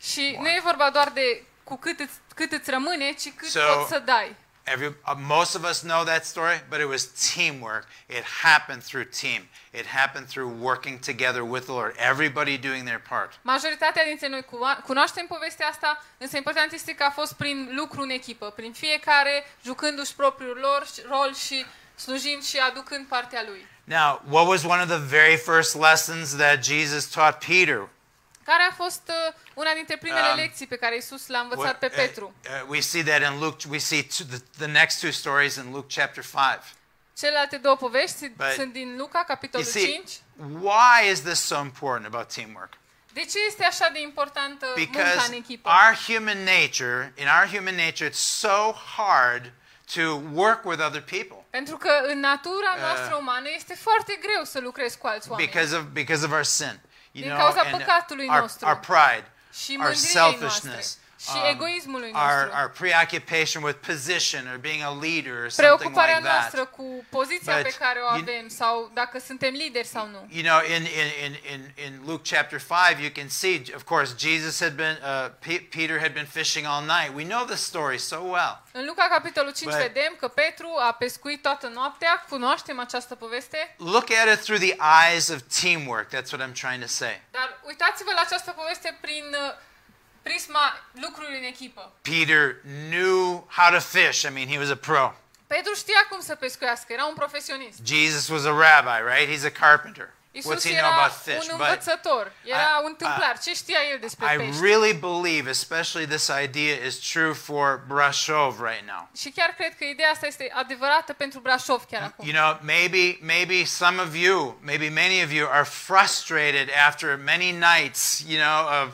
Speaker 2: Și nu e vorba doar de cu cât îți, cât îți rămâne, ci cât
Speaker 1: So-
Speaker 2: poți să dai.
Speaker 1: Every, uh, most of us know that story, but it was teamwork. It happened through team. It happened through working together with the Lord. Everybody doing their part.
Speaker 2: Majoritatea dintre noi cua- cunoaștem povestea asta, însă important este că a fost prin lucru în echipă, prin fiecare jucându-și propriul lor și- rol și slujind și aducând partea lui.
Speaker 1: Now, what was one of the very first lessons that Jesus taught Peter?
Speaker 2: Care a fost uh, una dintre primele
Speaker 1: Um,
Speaker 2: lecții pe care Isus l-a învățat
Speaker 1: What-
Speaker 2: pe Petru?
Speaker 1: uh, uh, we see that in Luke. We see two, the, the next two stories in Luke chapter five.
Speaker 2: Celelalte două povești
Speaker 1: but-
Speaker 2: sunt din Luca,
Speaker 1: You
Speaker 2: capitolul
Speaker 1: see,
Speaker 2: 5.
Speaker 1: why is this so important about teamwork?
Speaker 2: De ce este așa de importantă munca
Speaker 1: because
Speaker 2: în echipă?
Speaker 1: our human nature, in our human nature, it's so hard to work with other people
Speaker 2: Pentru că în natura noastră umană este foarte greu să lucrezi cu alți oameni.
Speaker 1: Uh. because of because of our sin, you
Speaker 2: Din
Speaker 1: know,
Speaker 2: cauza
Speaker 1: and
Speaker 2: păcatului
Speaker 1: our,
Speaker 2: nostru.
Speaker 1: our pride,
Speaker 2: și
Speaker 1: our
Speaker 2: mândriei noastre
Speaker 1: selfishness,
Speaker 2: și
Speaker 1: um,
Speaker 2: egoismului
Speaker 1: our
Speaker 2: nostru.
Speaker 1: our preoccupation with position or being a leader or something
Speaker 2: preocuparea
Speaker 1: like
Speaker 2: noastră
Speaker 1: that.
Speaker 2: cu poziția
Speaker 1: But
Speaker 2: pe care o
Speaker 1: you-
Speaker 2: avem sau dacă suntem lideri sau nu.
Speaker 1: You know, in, in, in, in, in Luke chapter 5, you can see, of course, Jesus had been, uh, Pe- Peter had been fishing all night. We know this story so well.
Speaker 2: În Luca capitolul 5
Speaker 1: But-
Speaker 2: vedem că Petru a pescuit toată noaptea, cunoaștem această poveste,
Speaker 1: Look at it through the eyes of teamwork. That's what I'm trying to say.
Speaker 2: dar uitați-vă la această poveste prin uh, prisma lucrurilor în echipă.
Speaker 1: Peter knew how to fish. I mean, he was a pro.
Speaker 2: Petru știa cum să pescuiască, era un profesionist.
Speaker 1: Jesus was a rabbi, right? He's a carpenter. What's
Speaker 2: Isus
Speaker 1: he know
Speaker 2: era
Speaker 1: about fish?
Speaker 2: un
Speaker 1: But
Speaker 2: învățător, era
Speaker 1: I-
Speaker 2: un tâmplar, ce știa el despre
Speaker 1: I
Speaker 2: pești?
Speaker 1: really believe, especially this idea is true for Brashov right now.
Speaker 2: Și chiar cred că ideea asta este adevărată pentru Brașov chiar acum.
Speaker 1: You know, maybe maybe some of you, maybe many of you are frustrated after many nights, you know, of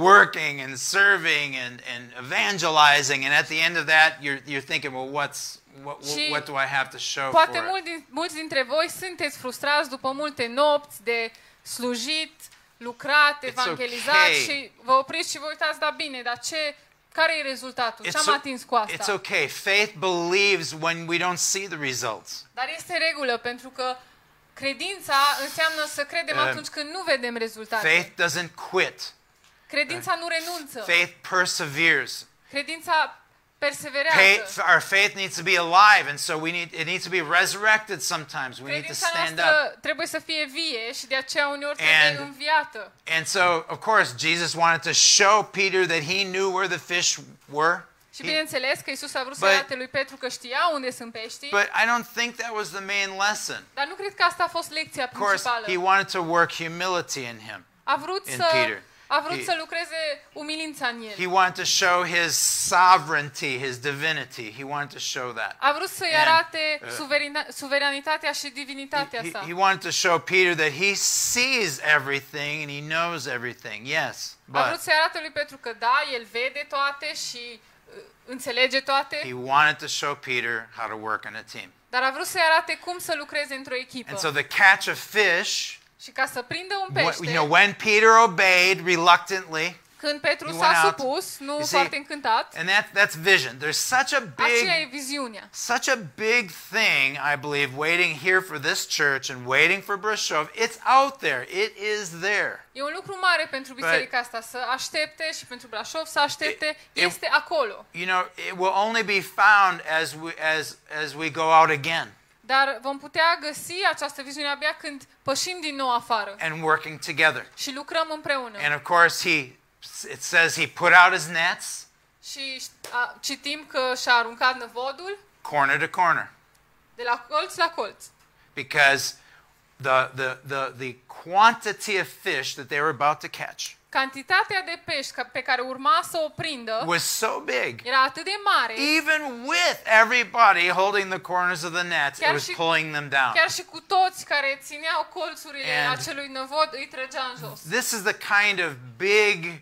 Speaker 1: working and serving and, and evangelizing and at the end of that you're you're thinking, well what's what
Speaker 2: Și
Speaker 1: what, what do I have to show for
Speaker 2: Poate
Speaker 1: it?
Speaker 2: mulți, din- mulți dintre voi sunteți frustrați după multe nopți de slujit, lucrat, evangelizat
Speaker 1: okay.
Speaker 2: și vă opriți și vă uitați, da bine, dar ce, care e rezultatul? Ce am
Speaker 1: o-
Speaker 2: atins cu
Speaker 1: it's
Speaker 2: asta?
Speaker 1: okay. Faith believes when we don't see the results.
Speaker 2: Dar este în regulă, pentru că credința înseamnă să credem
Speaker 1: Uh,
Speaker 2: atunci când nu vedem rezultate.
Speaker 1: Faith doesn't quit.
Speaker 2: Credința nu renunță.
Speaker 1: Faith perseveres.
Speaker 2: Credința perseverează.
Speaker 1: Faith, our faith needs to be alive, and so we need it needs to be resurrected. Sometimes we need to
Speaker 2: Credința
Speaker 1: stand up.
Speaker 2: noastră trebuie să fie vie și de aceea uneori
Speaker 1: And-
Speaker 2: trebuie înviată.
Speaker 1: And so, of course, Jesus wanted to show Peter that he knew where the fish were.
Speaker 2: Și
Speaker 1: He-
Speaker 2: bineînțeles că Isus a vrut să
Speaker 1: But-
Speaker 2: arate lui Petru că știa unde sunt peștii.
Speaker 1: but I don't think that was the main lesson.
Speaker 2: Dar nu cred că asta a fost lecția
Speaker 1: Of course,
Speaker 2: principală.
Speaker 1: he wanted to work humility in him.
Speaker 2: A vrut
Speaker 1: in
Speaker 2: să
Speaker 1: Peter.
Speaker 2: a vrut
Speaker 1: He-
Speaker 2: să lucreze umilința în el.
Speaker 1: He wanted to show his sovereignty, his divinity. He wanted to show that.
Speaker 2: A vrut să-i
Speaker 1: And,
Speaker 2: arate
Speaker 1: uh,
Speaker 2: suverina- suveranitatea și divinitatea
Speaker 1: He-
Speaker 2: sa.
Speaker 1: he wanted to show Peter that he sees everything and he knows everything. Yes,
Speaker 2: A vrut
Speaker 1: but
Speaker 2: să-i arate lui Petru că da, el vede toate și uh, înțelege toate,
Speaker 1: he wanted to show Peter how to work on a team.
Speaker 2: dar a vrut să-i arate cum să lucreze într-o echipă.
Speaker 1: And so the catch of fish,
Speaker 2: Și ca să prindă un
Speaker 1: wh- you know,
Speaker 2: pește,
Speaker 1: when Peter obeyed reluctantly,
Speaker 2: când Petru
Speaker 1: he
Speaker 2: s-a
Speaker 1: went out.
Speaker 2: supus, nu
Speaker 1: You see,
Speaker 2: foarte încântat,
Speaker 1: and that that's vision. There's such a
Speaker 2: aceea e
Speaker 1: big
Speaker 2: viziunea.
Speaker 1: such a big thing, I believe, waiting here for this church and waiting for Brishov. It's out there. It is there.
Speaker 2: E un lucru mare pentru biserica asta să aștepte și pentru Brașov să aștepte,
Speaker 1: eu-
Speaker 2: este acolo.
Speaker 1: You know, it will only be found as we as as we go out again
Speaker 2: Dar vom putea găsi această viziune abia când pășim din nou afară
Speaker 1: and working together.
Speaker 2: și lucrăm împreună.
Speaker 1: And of course, he it says he put out his nets
Speaker 2: Și a, citim că și-a aruncat năvodul
Speaker 1: corner to corner
Speaker 2: de la colț la colț.
Speaker 1: because the, the, the, the quantity of fish that they were about to catch
Speaker 2: Cantitatea de pești ca- pe care urma să o prindă
Speaker 1: was so big.
Speaker 2: era atât de mare,
Speaker 1: Even with everybody holding the corners of the nets, it
Speaker 2: Chiar
Speaker 1: was
Speaker 2: și-
Speaker 1: pulling them down.
Speaker 2: chiar și cu toți care țineau colțurile
Speaker 1: And-
Speaker 2: acelui năvod, îi trăgea în jos.
Speaker 1: This is the kind of big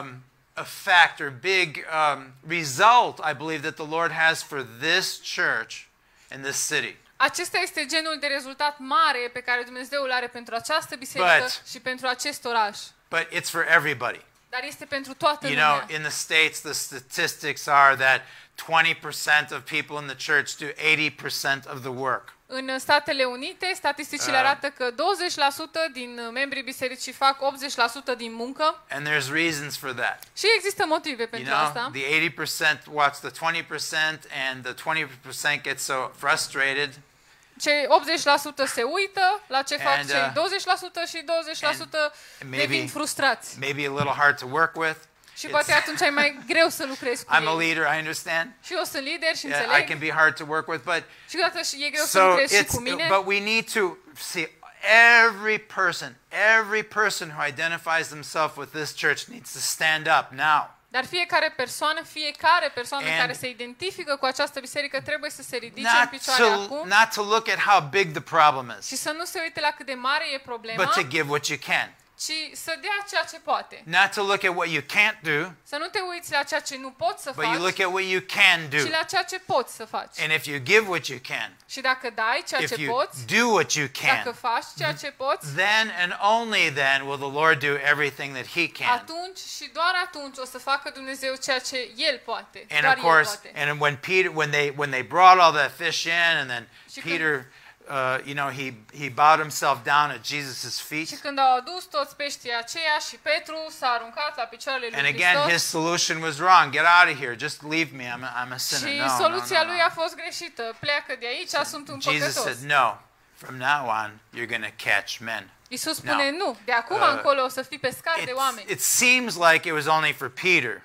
Speaker 1: um, effect or big um, result I believe that the Lord has for this church and this city.
Speaker 2: Acesta este genul de rezultat mare pe care Dumnezeu îl are pentru această biserică
Speaker 1: But-
Speaker 2: și pentru acest oraș.
Speaker 1: But it's for everybody.
Speaker 2: Dar este pentru toată
Speaker 1: You know,
Speaker 2: lumea.
Speaker 1: in the States, the statistics are that 20% of people in the church do 80% of the work.
Speaker 2: În Statele Unite, statisticile
Speaker 1: Ah.
Speaker 2: arată că 20% din uh, membrii bisericii fac 80% din muncă
Speaker 1: And there's reasons for that.
Speaker 2: și există motive
Speaker 1: You
Speaker 2: pentru
Speaker 1: know,
Speaker 2: asta.
Speaker 1: the 80% watch the 20%, and the 20% get so frustrated.
Speaker 2: Cei 80% se uită la ce fac
Speaker 1: And,
Speaker 2: cei
Speaker 1: uh,
Speaker 2: 20% și 20%
Speaker 1: and
Speaker 2: devin
Speaker 1: maybe-
Speaker 2: frustrați.
Speaker 1: Maybe a little hard to work with.
Speaker 2: Și
Speaker 1: It's-
Speaker 2: poate atunci e mai greu să lucrezi cu
Speaker 1: I'm a
Speaker 2: ei.
Speaker 1: leader, I understand.
Speaker 2: Și eu sunt lider și
Speaker 1: Yeah, I
Speaker 2: înțeleg.
Speaker 1: can be hard to work with, but
Speaker 2: Și câteodată și e greu să
Speaker 1: so
Speaker 2: lucrezi și
Speaker 1: it's
Speaker 2: cu mine.
Speaker 1: but we need to see every person, every person who identifies themselves with this church needs to stand up now.
Speaker 2: Dar fiecare persoană, fiecare persoană
Speaker 1: And-
Speaker 2: care se identifică cu această biserică trebuie să se ridice în
Speaker 1: Not
Speaker 2: picioare
Speaker 1: to,
Speaker 2: acum
Speaker 1: not to look at how big the problem
Speaker 2: și
Speaker 1: is,
Speaker 2: să nu se uite la cât de mare e problema,
Speaker 1: but to give what you can.
Speaker 2: ci să dea ceea ce poate.
Speaker 1: Not to look at what you can't do,
Speaker 2: Să nu te uiți la ceea ce nu poți să
Speaker 1: but you
Speaker 2: faci,
Speaker 1: look at what you can do.
Speaker 2: ci la ceea ce poți să faci.
Speaker 1: And if you give what you can,
Speaker 2: Și dacă dai ceea
Speaker 1: if
Speaker 2: ce
Speaker 1: you
Speaker 2: poți,
Speaker 1: do what you
Speaker 2: dacă
Speaker 1: can,
Speaker 2: faci ceea ce poți,
Speaker 1: then and only then will the Lord do everything that He can.
Speaker 2: atunci și doar atunci o să facă Dumnezeu ceea ce El poate.
Speaker 1: And
Speaker 2: doar
Speaker 1: of course,
Speaker 2: El poate.
Speaker 1: and when Peter, when they when they brought all that fish in, and then
Speaker 2: She couldn't-
Speaker 1: Peter, uh, you know, he he bowed himself down at Jesus'
Speaker 2: Și
Speaker 1: feet.
Speaker 2: când au adus toți peștii aceia și Petru s-a aruncat la picioarele lui
Speaker 1: And again,
Speaker 2: Hristos,
Speaker 1: his solution was wrong. Get out of here. Just leave me. I'm, I'm a sinner.
Speaker 2: Și
Speaker 1: No, no, no,
Speaker 2: soluția lui
Speaker 1: no.
Speaker 2: a fost greșită. Pleacă de aici, sunt un
Speaker 1: Jesus
Speaker 2: păcătos.
Speaker 1: said, No. From now on, you're going to catch men.
Speaker 2: Iisus spune,
Speaker 1: No.
Speaker 2: nu, de acum
Speaker 1: Uh,
Speaker 2: încolo o să fii pescar de
Speaker 1: It's-
Speaker 2: oameni.
Speaker 1: it seems like it was only for Peter,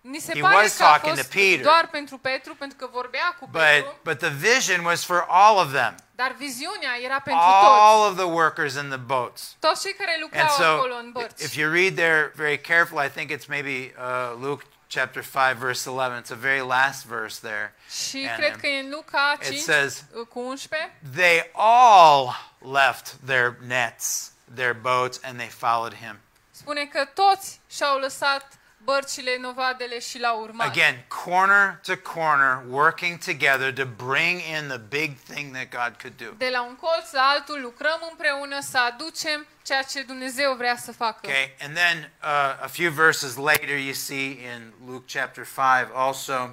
Speaker 2: Ni se
Speaker 1: he
Speaker 2: pare
Speaker 1: was
Speaker 2: că a
Speaker 1: talking to
Speaker 2: fost
Speaker 1: Peter.
Speaker 2: doar pentru Petru, pentru că vorbea cu
Speaker 1: but
Speaker 2: Petru,
Speaker 1: but the vision was for all of them,
Speaker 2: dar viziunea era pentru toți.
Speaker 1: all of the workers in the boats.
Speaker 2: Toți cei care
Speaker 1: And
Speaker 2: lucrau acolo
Speaker 1: so,
Speaker 2: în bărci.
Speaker 1: if you read there very careful, I think it's maybe uh, Luke chapter 5, verse 11. It's the very last verse there.
Speaker 2: și
Speaker 1: and,
Speaker 2: cred
Speaker 1: um,
Speaker 2: că e în Luca
Speaker 1: It
Speaker 2: 5
Speaker 1: says,
Speaker 2: cu 11,
Speaker 1: They all left their nets, their boats, and they followed him.
Speaker 2: spune că toți și-au lăsat bărcile, novadele și l-au urmat.
Speaker 1: Again, corner to corner, working together to bring in the big thing that God could do.
Speaker 2: De la un colț la altul lucrăm împreună să aducem ceea ce Dumnezeu vrea să facă.
Speaker 1: Okay, and then uh, a few verses later, you see in Luke chapter 5 also.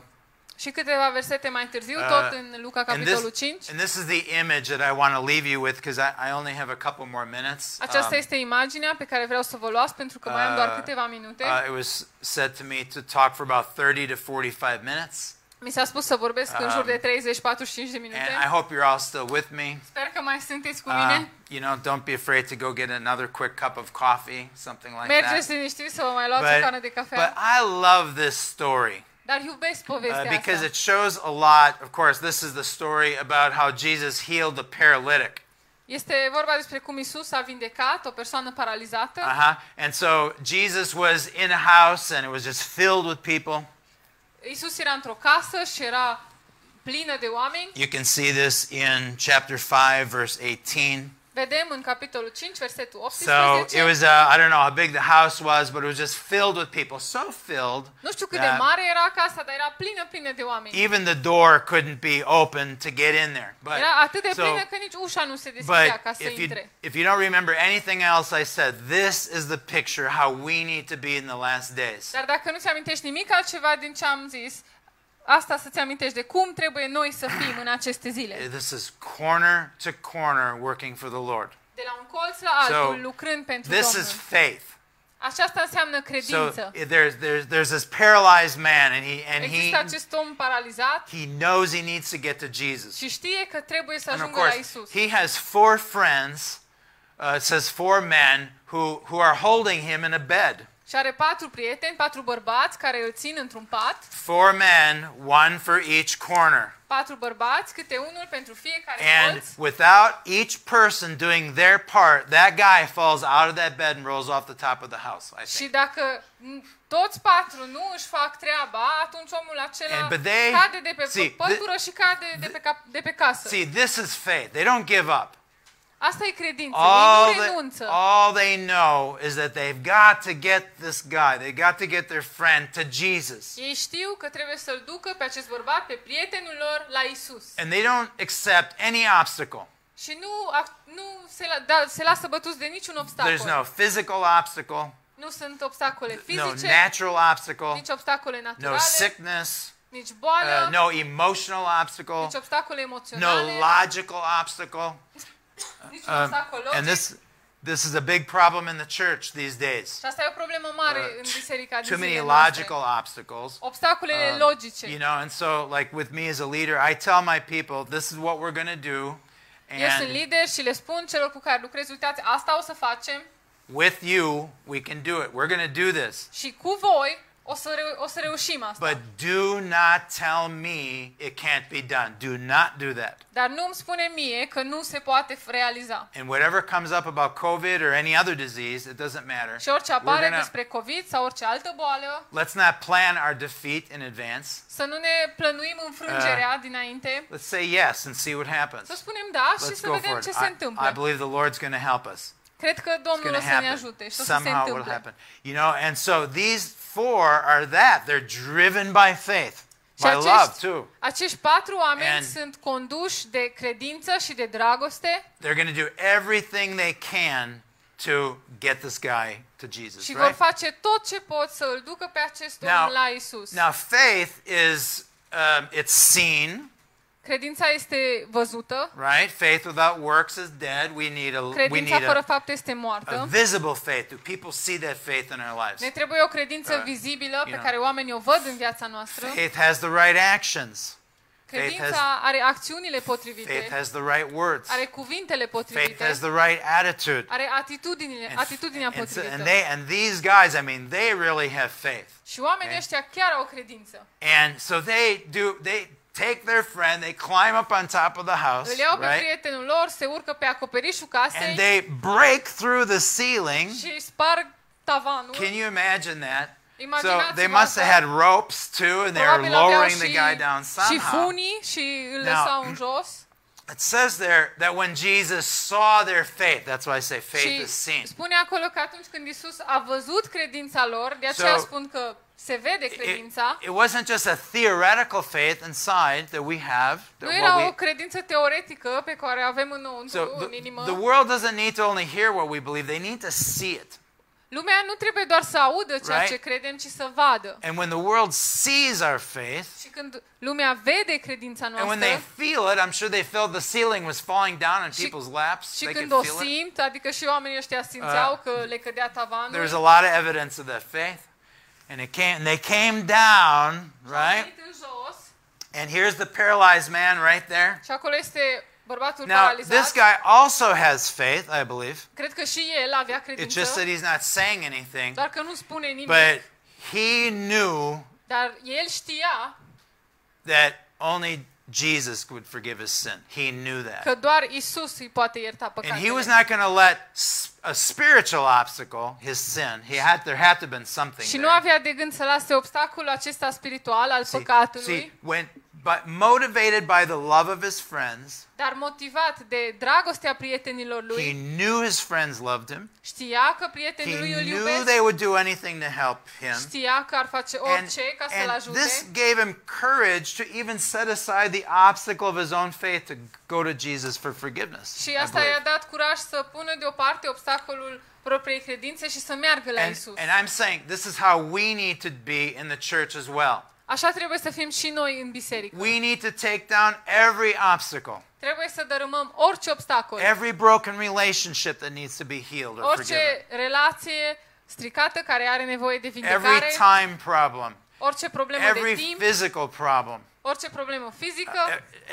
Speaker 2: Și câteva versete mai târziu,
Speaker 1: Uh,
Speaker 2: tot în Luca,
Speaker 1: And
Speaker 2: capitolul 5.
Speaker 1: this, and this is the image that I want to leave you with because I, I only have a couple more minutes.
Speaker 2: Aceasta
Speaker 1: Um,
Speaker 2: este imaginea pe care vreau să vă luați, pentru că mai am
Speaker 1: uh,
Speaker 2: doar câteva minute.
Speaker 1: Uh, it was said to me to talk for about 30 to 45 minutes.
Speaker 2: Mi s-a spus să vorbesc în jur de 30-45 de
Speaker 1: Um, And I
Speaker 2: minute.
Speaker 1: hope you're all still with me.
Speaker 2: Sper că mai sunteți cu
Speaker 1: Uh,
Speaker 2: mine.
Speaker 1: you know, don't be afraid to go get another quick cup of coffee, something like
Speaker 2: Mergeți
Speaker 1: that.
Speaker 2: liniștiți să vă mai luați o cană
Speaker 1: But,
Speaker 2: de
Speaker 1: but
Speaker 2: cafea.
Speaker 1: I love this story
Speaker 2: Dar iubesc
Speaker 1: uh,
Speaker 2: povestea
Speaker 1: because
Speaker 2: asta.
Speaker 1: it shows a lot. Of course, this is the story about how Jesus healed the paralytic.
Speaker 2: Este vorba despre cum Isus a vindecat o persoană
Speaker 1: Uh
Speaker 2: paralizată.
Speaker 1: huh. And so Jesus was in a house and it was just filled with people.
Speaker 2: Isus era într-o casă și era plină de oameni.
Speaker 1: You can see this in chapter 5, verse 18.
Speaker 2: Vedem în capitolul 5, versetul
Speaker 1: So
Speaker 2: 18.
Speaker 1: it was, uh, I don't know how big the house was, but it was just filled with people. So filled,
Speaker 2: Nu știu cât de
Speaker 1: that
Speaker 2: mare era casa, dar era plină, plină de oameni.
Speaker 1: even the door couldn't be opened to get in there. But,
Speaker 2: Era atât de
Speaker 1: so,
Speaker 2: plină că nici ușa nu se deschidea
Speaker 1: but
Speaker 2: ca să
Speaker 1: if, you,
Speaker 2: intre.
Speaker 1: if you don't remember anything else I said, this is the picture how we need to be in the last days.
Speaker 2: Dar dacă nu-ți amintești nimic altceva din ce am zis, asta să-ți amintești de cum trebuie noi să fim în aceste zile.
Speaker 1: This is corner to corner working for the Lord.
Speaker 2: De la un colț la altul,
Speaker 1: So,
Speaker 2: lucrând pentru
Speaker 1: This is
Speaker 2: Domnul.
Speaker 1: faith.
Speaker 2: Aceasta înseamnă
Speaker 1: So
Speaker 2: credință.
Speaker 1: there's, there's, there's this paralyzed man, and he, and he,
Speaker 2: Există acest om paralizat
Speaker 1: he knows he needs to get to Jesus.
Speaker 2: și știe că trebuie să
Speaker 1: And of
Speaker 2: ajungă la
Speaker 1: course,
Speaker 2: Isus.
Speaker 1: he has four friends. Uh, it says four men who who are holding him in a bed.
Speaker 2: Și are patru prieteni, patru bărbați care îl țin într-un pat,
Speaker 1: Four men, one for each corner.
Speaker 2: patru bărbați, câte unul pentru fiecare
Speaker 1: And
Speaker 2: colț.
Speaker 1: without each person doing their part, that guy falls out of that bed and rolls off the top of the house. I think.
Speaker 2: Și dacă n- toți patru nu își fac treaba, atunci omul acela
Speaker 1: And- but they-
Speaker 2: cade de pe
Speaker 1: see,
Speaker 2: see, pătură și cade de pe, cap, de pe casă.
Speaker 1: See, this is faith. They don't give up.
Speaker 2: Asta e credință,
Speaker 1: All
Speaker 2: ei nu
Speaker 1: they,
Speaker 2: renunță.
Speaker 1: all they know is that they've got to get this guy, they got to get their friend to Jesus.
Speaker 2: Ei știu că trebuie să-l ducă pe acest bărbat, pe prietenul lor, la Isus.
Speaker 1: And they don't accept any obstacle.
Speaker 2: Și nu, ac- nu se, la, da, se lasă bătuți de niciun obstacol.
Speaker 1: There's Deci, no physical obstacle,
Speaker 2: Nu sunt obstacole
Speaker 1: no
Speaker 2: fizice,
Speaker 1: natural obstacle,
Speaker 2: nici obstacole
Speaker 1: no
Speaker 2: naturale,
Speaker 1: sickness,
Speaker 2: nici boală,
Speaker 1: uh, no emotional obstacle,
Speaker 2: nici obstacole
Speaker 1: no
Speaker 2: emoționale,
Speaker 1: logical obstacle.
Speaker 2: nici un obstacol
Speaker 1: uh, And
Speaker 2: logic.
Speaker 1: this this is a big problem in the church these days.
Speaker 2: Și asta e o problemă mare
Speaker 1: Uh,
Speaker 2: în biserica din
Speaker 1: Too many
Speaker 2: zilele noastre.
Speaker 1: logical obstacles.
Speaker 2: Obstacolele
Speaker 1: Um,
Speaker 2: logice.
Speaker 1: You know, and so like with me as a leader, I tell my people, this is what we're going to do.
Speaker 2: Eu sunt
Speaker 1: And
Speaker 2: lider și le spun celor cu care lucrez, uitați, asta o să facem
Speaker 1: with you, we can do it. We're going to do this.
Speaker 2: și cu voi o să, reu- o să reușim asta.
Speaker 1: But do not tell me it can't be done. Do not do that.
Speaker 2: Dar nu îmi spune mie că nu se poate realiza.
Speaker 1: And whatever comes up about COVID or any other disease, it doesn't matter.
Speaker 2: Și orice
Speaker 1: We're
Speaker 2: apare
Speaker 1: gonna-
Speaker 2: despre COVID sau orice altă boală,
Speaker 1: let's not plan our defeat in advance.
Speaker 2: să nu ne plănuim înfrângerea
Speaker 1: Ah.
Speaker 2: dinainte,
Speaker 1: Let's say yes and see what happens.
Speaker 2: să spunem da și
Speaker 1: Let's
Speaker 2: să
Speaker 1: go for
Speaker 2: vedem
Speaker 1: it.
Speaker 2: ce se
Speaker 1: I, I
Speaker 2: întâmplă.
Speaker 1: believe the Lord's going to help us.
Speaker 2: Cred că
Speaker 1: It's
Speaker 2: Domnul o
Speaker 1: going to
Speaker 2: să ne
Speaker 1: happen.
Speaker 2: ajute și o să se
Speaker 1: Somehow it will
Speaker 2: întâmple.
Speaker 1: happen. You know, and so these four are that. They're driven by faith,
Speaker 2: Și
Speaker 1: by love
Speaker 2: acești,
Speaker 1: too.
Speaker 2: acești patru oameni
Speaker 1: And-
Speaker 2: sunt conduși de credință și de dragoste
Speaker 1: They're going to do everything they can to get this guy to Jesus,
Speaker 2: și vor
Speaker 1: right?
Speaker 2: face tot ce pot să îl ducă pe acest om
Speaker 1: Now-
Speaker 2: la Isus.
Speaker 1: Now, faith is um, it's seen,
Speaker 2: Credința este văzută,
Speaker 1: right? Faith without works is dead. We need a we need
Speaker 2: credința fără
Speaker 1: a,
Speaker 2: fapte este
Speaker 1: a
Speaker 2: moartă.
Speaker 1: visible faith. Do people see that faith in our lives?
Speaker 2: Ne trebuie o credință
Speaker 1: Da.
Speaker 2: vizibilă pe
Speaker 1: know.
Speaker 2: care oamenii o văd în viața noastră.
Speaker 1: Faith has the right actions.
Speaker 2: Credința are acțiunile
Speaker 1: Faith
Speaker 2: potrivite,
Speaker 1: has the right words.
Speaker 2: eh? are cuvintele
Speaker 1: Faith has
Speaker 2: potrivite,
Speaker 1: the right attitude.
Speaker 2: are atitudinile, atitudinea
Speaker 1: and, so- and
Speaker 2: potrivită.
Speaker 1: they and these guys, I mean, they really have faith.
Speaker 2: Și oamenii
Speaker 1: Okay.
Speaker 2: ăștia chiar au credință.
Speaker 1: And so they do they take their friend, they climb up on top of the house,
Speaker 2: Îl iau pe
Speaker 1: right?
Speaker 2: prietenul lor, se urcă pe acoperișul
Speaker 1: And
Speaker 2: casei
Speaker 1: they break through the ceiling.
Speaker 2: și sparg tavanul.
Speaker 1: Can you imagine that? So
Speaker 2: Imaginați-vă
Speaker 1: they must have
Speaker 2: asta.
Speaker 1: had ropes too, and they were
Speaker 2: Probabil aveau
Speaker 1: lowering the
Speaker 2: și,
Speaker 1: guy down
Speaker 2: și
Speaker 1: somehow.
Speaker 2: funii și îl lăsau în jos.
Speaker 1: It says there that when Jesus saw their faith, that's why I say faith is seen.
Speaker 2: Și spune acolo că atunci când Isus a văzut credința lor, de aceea
Speaker 1: So-
Speaker 2: spun că se vede
Speaker 1: It,
Speaker 2: credința,
Speaker 1: it wasn't just a theoretical faith inside that we have. That
Speaker 2: nu
Speaker 1: what
Speaker 2: era
Speaker 1: we-
Speaker 2: o credință teoretică pe care o avem în,
Speaker 1: Da, So
Speaker 2: în inimă.
Speaker 1: the, the world doesn't need to only hear what we believe, they need to see it.
Speaker 2: Lumea nu trebuie doar să audă ceea
Speaker 1: Right?
Speaker 2: ce credem, ci să vadă.
Speaker 1: And when the world sees our faith,
Speaker 2: Și când lumea vede credința
Speaker 1: and when they
Speaker 2: noastră
Speaker 1: feel it, I'm sure they felt the ceiling was falling down on people's laps.
Speaker 2: și
Speaker 1: They could
Speaker 2: când o
Speaker 1: feel it. Uh,
Speaker 2: simt, adică și oamenii ăștia simțeau că le cădea tavanul,
Speaker 1: There's a lot of evidence of that faith. And it came and they came down,
Speaker 2: au
Speaker 1: right?
Speaker 2: venit în jos
Speaker 1: And here's the paralyzed man right there.
Speaker 2: și acolo este bărbatul
Speaker 1: Now, this
Speaker 2: paralizat.
Speaker 1: guy also has faith, I believe.
Speaker 2: Cred că și el avea
Speaker 1: It's just
Speaker 2: credință,
Speaker 1: that he's not saying anything.
Speaker 2: doar că nu spune nimic.
Speaker 1: But he knew
Speaker 2: Dar el știa
Speaker 1: that only Jesus would forgive his sin. He knew that.
Speaker 2: că doar Isus îi poate ierta
Speaker 1: And he was
Speaker 2: păcatele.
Speaker 1: not going to let s- a spiritual obstacle, his sin, he had there had to have been something.
Speaker 2: Și nu
Speaker 1: there.
Speaker 2: avea de gând să lase obstacolul acesta spiritual al
Speaker 1: See, see,
Speaker 2: păcatului,
Speaker 1: when but motivated by the love of his friends,
Speaker 2: dar motivat de dragostea prietenilor lui,
Speaker 1: he knew his friends loved him.
Speaker 2: Știa că
Speaker 1: He
Speaker 2: prietenul lui îl
Speaker 1: knew
Speaker 2: iubesc,
Speaker 1: they would do anything to help him.
Speaker 2: știa că ar face
Speaker 1: And,
Speaker 2: orice ca să-l
Speaker 1: and
Speaker 2: ajute
Speaker 1: this gave him courage to even set aside the obstacle of his own faith to go to Jesus for forgiveness.
Speaker 2: și
Speaker 1: I
Speaker 2: asta
Speaker 1: believe.
Speaker 2: i-a dat curaj să pună deoparte obstacolul propriei credințe și să meargă la
Speaker 1: And,
Speaker 2: Isus.
Speaker 1: and I'm saying this is how we need to be in the church as well.
Speaker 2: Așa trebuie să fim și noi în biserică.
Speaker 1: We need to take down every obstacle,
Speaker 2: Trebuie să dărâmăm orice obstacol,
Speaker 1: every broken relationship that needs to be healed or forgiven,
Speaker 2: orice relație stricată care are nevoie de
Speaker 1: every
Speaker 2: vindecare,
Speaker 1: time problem,
Speaker 2: orice problemă de
Speaker 1: every Uh,
Speaker 2: timp,
Speaker 1: physical problem,
Speaker 2: orice problemă
Speaker 1: a
Speaker 2: fizică,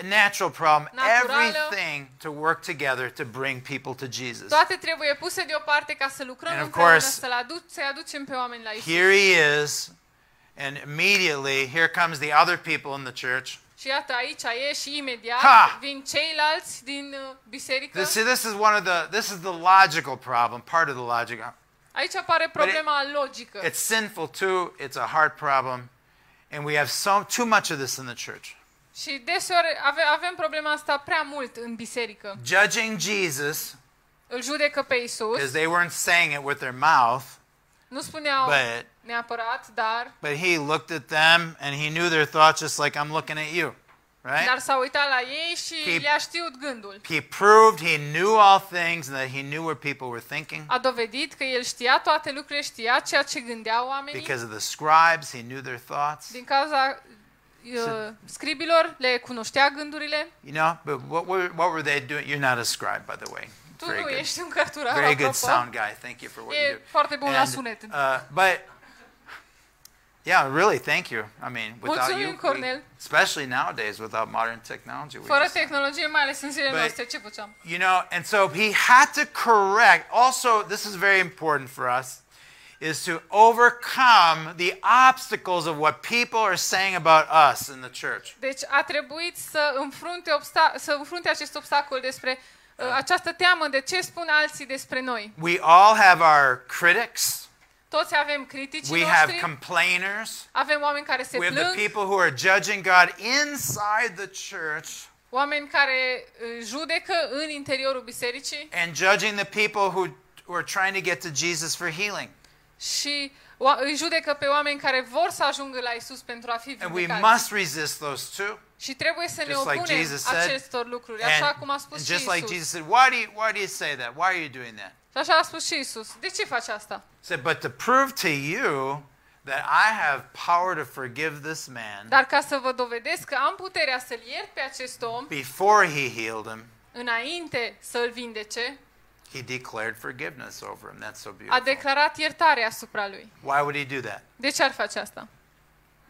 Speaker 1: a natural problem,
Speaker 2: Naturală.
Speaker 1: everything to work together to bring people to Jesus.
Speaker 2: toate trebuie puse deoparte ca să lucrăm
Speaker 1: And of
Speaker 2: împreună,
Speaker 1: course-
Speaker 2: să-l adu- să-i aducem pe oameni la Isus.
Speaker 1: Here he is, and immediately here comes the other people in the church.
Speaker 2: Și iată, aici e și imediat
Speaker 1: Ha!
Speaker 2: vin ceilalți din uh, biserică.
Speaker 1: This, see, this is one of the this is the logical problem, part of the logic.
Speaker 2: Aici apare problema logică.
Speaker 1: It's sinful too. It's a heart problem, and we have so too much of this in the church.
Speaker 2: Și deseori ave, avem problema asta prea mult în biserică.
Speaker 1: Judging Jesus
Speaker 2: Îl judecă pe Isus.
Speaker 1: because they weren't saying it with their mouth,
Speaker 2: Nu spuneau
Speaker 1: but
Speaker 2: neapărat, dar
Speaker 1: but he looked at them and he knew their thoughts just like I'm looking at you, right?
Speaker 2: dar s-a uitat la ei și
Speaker 1: He-
Speaker 2: le-a știut gândul.
Speaker 1: He proved he knew all things and that he knew what people were thinking.
Speaker 2: A dovedit că el știa toate lucrurile, știa ceea ce gândeau oamenii.
Speaker 1: Because of the scribes, he knew their thoughts.
Speaker 2: Din cauza uh, scribilor le cunoștea gândurile.
Speaker 1: You know, but what were what were they doing? You're not a scribe, by the way.
Speaker 2: Tu
Speaker 1: Very
Speaker 2: nu
Speaker 1: good.
Speaker 2: ești un cărturar,
Speaker 1: Very
Speaker 2: apropo.
Speaker 1: good sound guy. Thank you for what
Speaker 2: E
Speaker 1: you do.
Speaker 2: foarte bun la
Speaker 1: And,
Speaker 2: sunet.
Speaker 1: uh, but yeah, really, thank you. I mean, without
Speaker 2: Mulțumim,
Speaker 1: you, we-
Speaker 2: Cornel.
Speaker 1: especially nowadays, without modern technology, we
Speaker 2: Fără
Speaker 1: just-
Speaker 2: tehnologie, mai ales în zilele
Speaker 1: Băi-
Speaker 2: noastre, ce făceam?
Speaker 1: you know. And so he had to correct. Also, this is very important for us, is to overcome the obstacles of what people are saying about us in the church.
Speaker 2: Deci a trebuit să înfrunte, obsta- să înfrunte acest obstacol despre uh,
Speaker 1: Da.
Speaker 2: această teamă de ce spun alții despre noi.
Speaker 1: We all have our critics.
Speaker 2: Toți avem critici
Speaker 1: We have
Speaker 2: noștri,
Speaker 1: complainers.
Speaker 2: avem oameni care se
Speaker 1: We have the
Speaker 2: plâng,
Speaker 1: people who are judging God inside the church
Speaker 2: oameni care uh, judecă în interiorul bisericii
Speaker 1: and judging the people who, who are trying to get to Jesus for healing.
Speaker 2: și o- îi judecă pe oameni care vor să ajungă la Isus pentru a fi
Speaker 1: And we
Speaker 2: vindecați.
Speaker 1: must resist those two.
Speaker 2: Și trebuie să ne
Speaker 1: Just like
Speaker 2: opunem
Speaker 1: Jesus said,
Speaker 2: acestor lucruri,
Speaker 1: And,
Speaker 2: așa cum a spus
Speaker 1: and
Speaker 2: și
Speaker 1: just like
Speaker 2: Isus.
Speaker 1: Jesus said, why do you why do you say that? Why are you doing that?
Speaker 2: Și așa a spus și Isus. De ce faci asta?
Speaker 1: He said, but to prove to you that I have power to forgive this man
Speaker 2: Dar ca să vă dovedesc că am puterea să-l iert pe acest om
Speaker 1: before he healed him,
Speaker 2: înainte să-l vindece,
Speaker 1: he declared forgiveness over him. That's so
Speaker 2: a
Speaker 1: beautiful.
Speaker 2: declarat iertare asupra lui.
Speaker 1: Why would he do that?
Speaker 2: De ce ar face asta?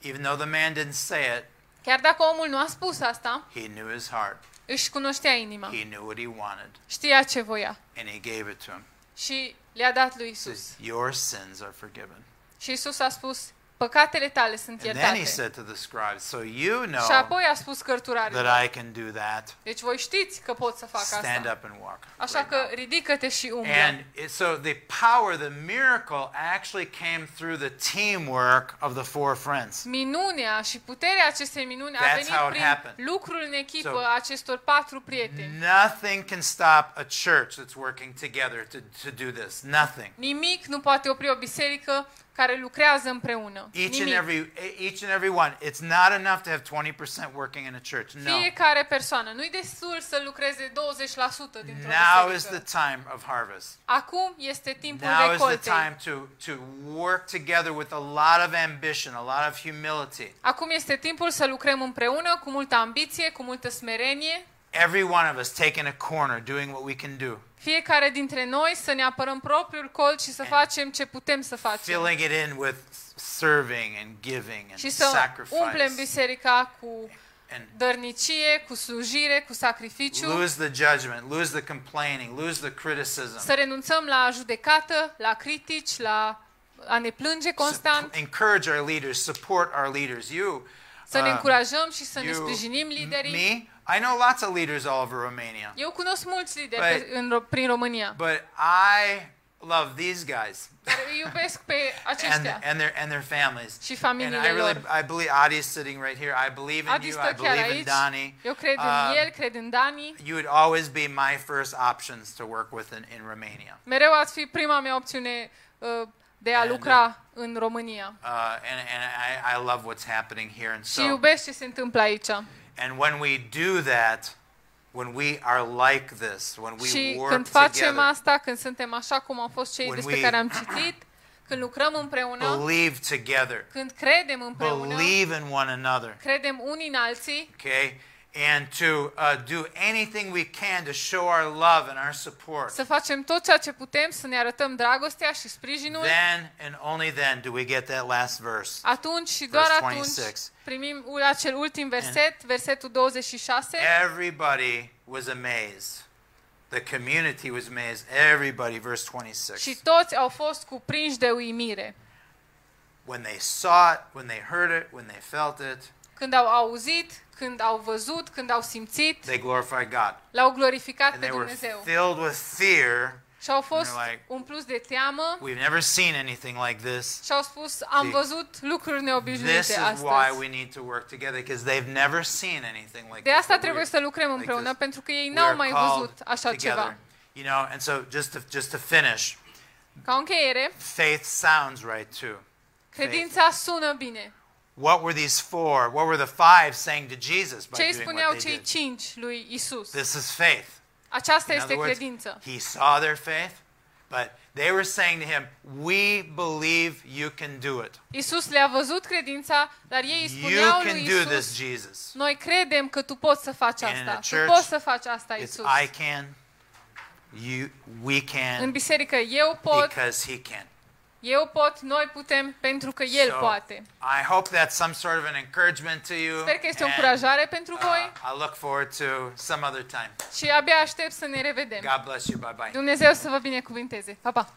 Speaker 1: Even though the man didn't say it,
Speaker 2: Chiar dacă omul nu a spus asta,
Speaker 1: he knew his heart.
Speaker 2: își cunoștea inima,
Speaker 1: He knew what he wanted,
Speaker 2: știa ce voia
Speaker 1: and he gave it to him.
Speaker 2: și le-a dat lui
Speaker 1: He
Speaker 2: Isus.
Speaker 1: says, Your sins are forgiven.
Speaker 2: Și Isus a spus, păcatele tale sunt
Speaker 1: And then he
Speaker 2: iertate.
Speaker 1: said to the scribes, So you know
Speaker 2: Și apoi a spus
Speaker 1: that
Speaker 2: cărturarilor,
Speaker 1: I can do that.
Speaker 2: deci voi știți că pot să fac
Speaker 1: Stand
Speaker 2: asta.
Speaker 1: up and walk.
Speaker 2: Așa
Speaker 1: right
Speaker 2: că
Speaker 1: now."
Speaker 2: ridică-te și umblă.
Speaker 1: And it, so the power, the miracle actually came through the teamwork of the four friends.
Speaker 2: Minunea și puterea acestei minuni a
Speaker 1: That's
Speaker 2: venit
Speaker 1: how it happened.
Speaker 2: prin lucrul în echipă
Speaker 1: So-
Speaker 2: a acestor patru prieteni.
Speaker 1: Nothing can stop a church that's working together to, to do this. Nothing.
Speaker 2: Nimic nu poate opri o biserică care lucrează împreună.
Speaker 1: Each and
Speaker 2: Nimic.
Speaker 1: every e, each and every one. It's not enough to have 20% working in a church. No.
Speaker 2: Fiecare persoană. Nu-i destul să lucreze 20% dintr-o
Speaker 1: Now is
Speaker 2: biserică.
Speaker 1: the time of harvest.
Speaker 2: Acum este timpul
Speaker 1: Now is the
Speaker 2: recoltei.
Speaker 1: time to, to work together with a lot of ambition, a lot of humility.
Speaker 2: Acum este timpul să lucrăm împreună cu multă ambiție, cu multă smerenie.
Speaker 1: Every one of us taking a corner, doing what we can do,
Speaker 2: Fiecare dintre noi să ne apărăm propriul colț și să facem ce putem să facem.
Speaker 1: filling it in with s- serving and giving and
Speaker 2: Și să umplem
Speaker 1: sacrifice.
Speaker 2: biserica cu
Speaker 1: And
Speaker 2: dărnicie, cu slujire, cu sacrificiu.
Speaker 1: lose the judgment, lose the complaining, lose the criticism.
Speaker 2: Să renunțăm la judecată, la critici, la a ne plânge constant.
Speaker 1: Sup- encourage our leaders, support our leaders. You,
Speaker 2: Să ne
Speaker 1: uh,
Speaker 2: încurajăm și să ne
Speaker 1: you,
Speaker 2: sprijinim liderii.
Speaker 1: me, I know lots of leaders all over Romania,
Speaker 2: Eu cunosc mulți lideri
Speaker 1: Păi-
Speaker 2: pe, în, Ro- prin România,
Speaker 1: but I love these guys.
Speaker 2: care îi iubesc pe
Speaker 1: and,
Speaker 2: aceștia.
Speaker 1: and their and their families.
Speaker 2: Și
Speaker 1: And I
Speaker 2: familiile
Speaker 1: really
Speaker 2: lor.
Speaker 1: I believe Adi's sitting right here. I believe in
Speaker 2: Adi
Speaker 1: you. I
Speaker 2: stă chiar
Speaker 1: believe in
Speaker 2: aici.
Speaker 1: Donnie.
Speaker 2: Eu cred
Speaker 1: Um,
Speaker 2: în el, cred în Dani.
Speaker 1: You would always be my first options to work with in, in Romania.
Speaker 2: Mereu ați fi prima mea opțiune uh, de a
Speaker 1: And,
Speaker 2: lucra în România.
Speaker 1: Uh, and and I, I love what's happening here. And
Speaker 2: Și
Speaker 1: so
Speaker 2: iubesc ce se întâmplă aici.
Speaker 1: and when we do that, when we are like this, when we
Speaker 2: și
Speaker 1: work
Speaker 2: când facem
Speaker 1: together,
Speaker 2: asta, când suntem așa cum au fost cei
Speaker 1: When
Speaker 2: despre
Speaker 1: we-
Speaker 2: care am citit, când lucrăm împreună,
Speaker 1: believe together,
Speaker 2: când credem împreună,
Speaker 1: believe in one another.
Speaker 2: credem unii în alții
Speaker 1: Okay. And to uh, do anything we can to show our love and our support.
Speaker 2: Să facem tot ceea ce putem, să ne arătăm dragostea și sprijinul.
Speaker 1: Then and only then do we get that last verse.
Speaker 2: Atunci și doar
Speaker 1: Verse
Speaker 2: atunci
Speaker 1: 26.
Speaker 2: primim ul- acel ultim verset, versetul 26.
Speaker 1: Everybody was amazed. The community was amazed. Everybody, verse
Speaker 2: Și
Speaker 1: 26.
Speaker 2: toți au fost cuprinși de uimire.
Speaker 1: When they saw it, when they heard it, when they felt it,
Speaker 2: Când au auzit, când au văzut, când au simțit,
Speaker 1: they glorified God.
Speaker 2: l-au glorificat
Speaker 1: And
Speaker 2: pe
Speaker 1: they were
Speaker 2: Dumnezeu.
Speaker 1: filled with fear.
Speaker 2: Și au fost
Speaker 1: they're like,
Speaker 2: umpluți de teamă
Speaker 1: We've never seen anything like this.
Speaker 2: și au spus, am
Speaker 1: See,
Speaker 2: văzut lucruri
Speaker 1: This
Speaker 2: neobișnuite
Speaker 1: is why
Speaker 2: astăzi.
Speaker 1: we need to work together because they've never seen anything like
Speaker 2: De
Speaker 1: this.
Speaker 2: asta
Speaker 1: But
Speaker 2: trebuie
Speaker 1: we're-
Speaker 2: să lucrăm
Speaker 1: like
Speaker 2: împreună,
Speaker 1: this.
Speaker 2: pentru că ei
Speaker 1: we are
Speaker 2: n-au mai
Speaker 1: called
Speaker 2: văzut așa
Speaker 1: together.
Speaker 2: ceva.
Speaker 1: You know, and so just to, just to finish,
Speaker 2: Ca o încheiere,
Speaker 1: faith sounds right too.
Speaker 2: credința sună bine.
Speaker 1: What were these four? What were the five saying to Jesus by
Speaker 2: Ce îi
Speaker 1: doing what
Speaker 2: spuneau
Speaker 1: they
Speaker 2: cei
Speaker 1: did?
Speaker 2: cinci lui Isus?
Speaker 1: This is faith.
Speaker 2: Aceasta
Speaker 1: In
Speaker 2: este
Speaker 1: other words,
Speaker 2: credință.
Speaker 1: he saw their faith, but they were saying to him, "We believe you can do it.
Speaker 2: Isus le-a văzut credința, dar ei îi
Speaker 1: You
Speaker 2: spuneau
Speaker 1: can
Speaker 2: lui
Speaker 1: do this,
Speaker 2: Isus,
Speaker 1: Jesus.
Speaker 2: noi credem că tu poți să faci
Speaker 1: And in
Speaker 2: asta.
Speaker 1: the
Speaker 2: Tu
Speaker 1: church,
Speaker 2: poți să faci asta,
Speaker 1: It's
Speaker 2: Isus.
Speaker 1: I can, you, we
Speaker 2: În
Speaker 1: can,
Speaker 2: biserică eu pot,
Speaker 1: because He can."
Speaker 2: eu pot, noi putem, pentru că El
Speaker 1: So,
Speaker 2: poate.
Speaker 1: I hope that's some sort of an encouragement to you.
Speaker 2: Sper că este o
Speaker 1: and,
Speaker 2: încurajare pentru
Speaker 1: uh,
Speaker 2: voi
Speaker 1: I look forward to some other time.
Speaker 2: și abia aștept să ne revedem.
Speaker 1: God bless you. Bye bye.
Speaker 2: Dumnezeu să vă binecuvinteze. Pa, pa!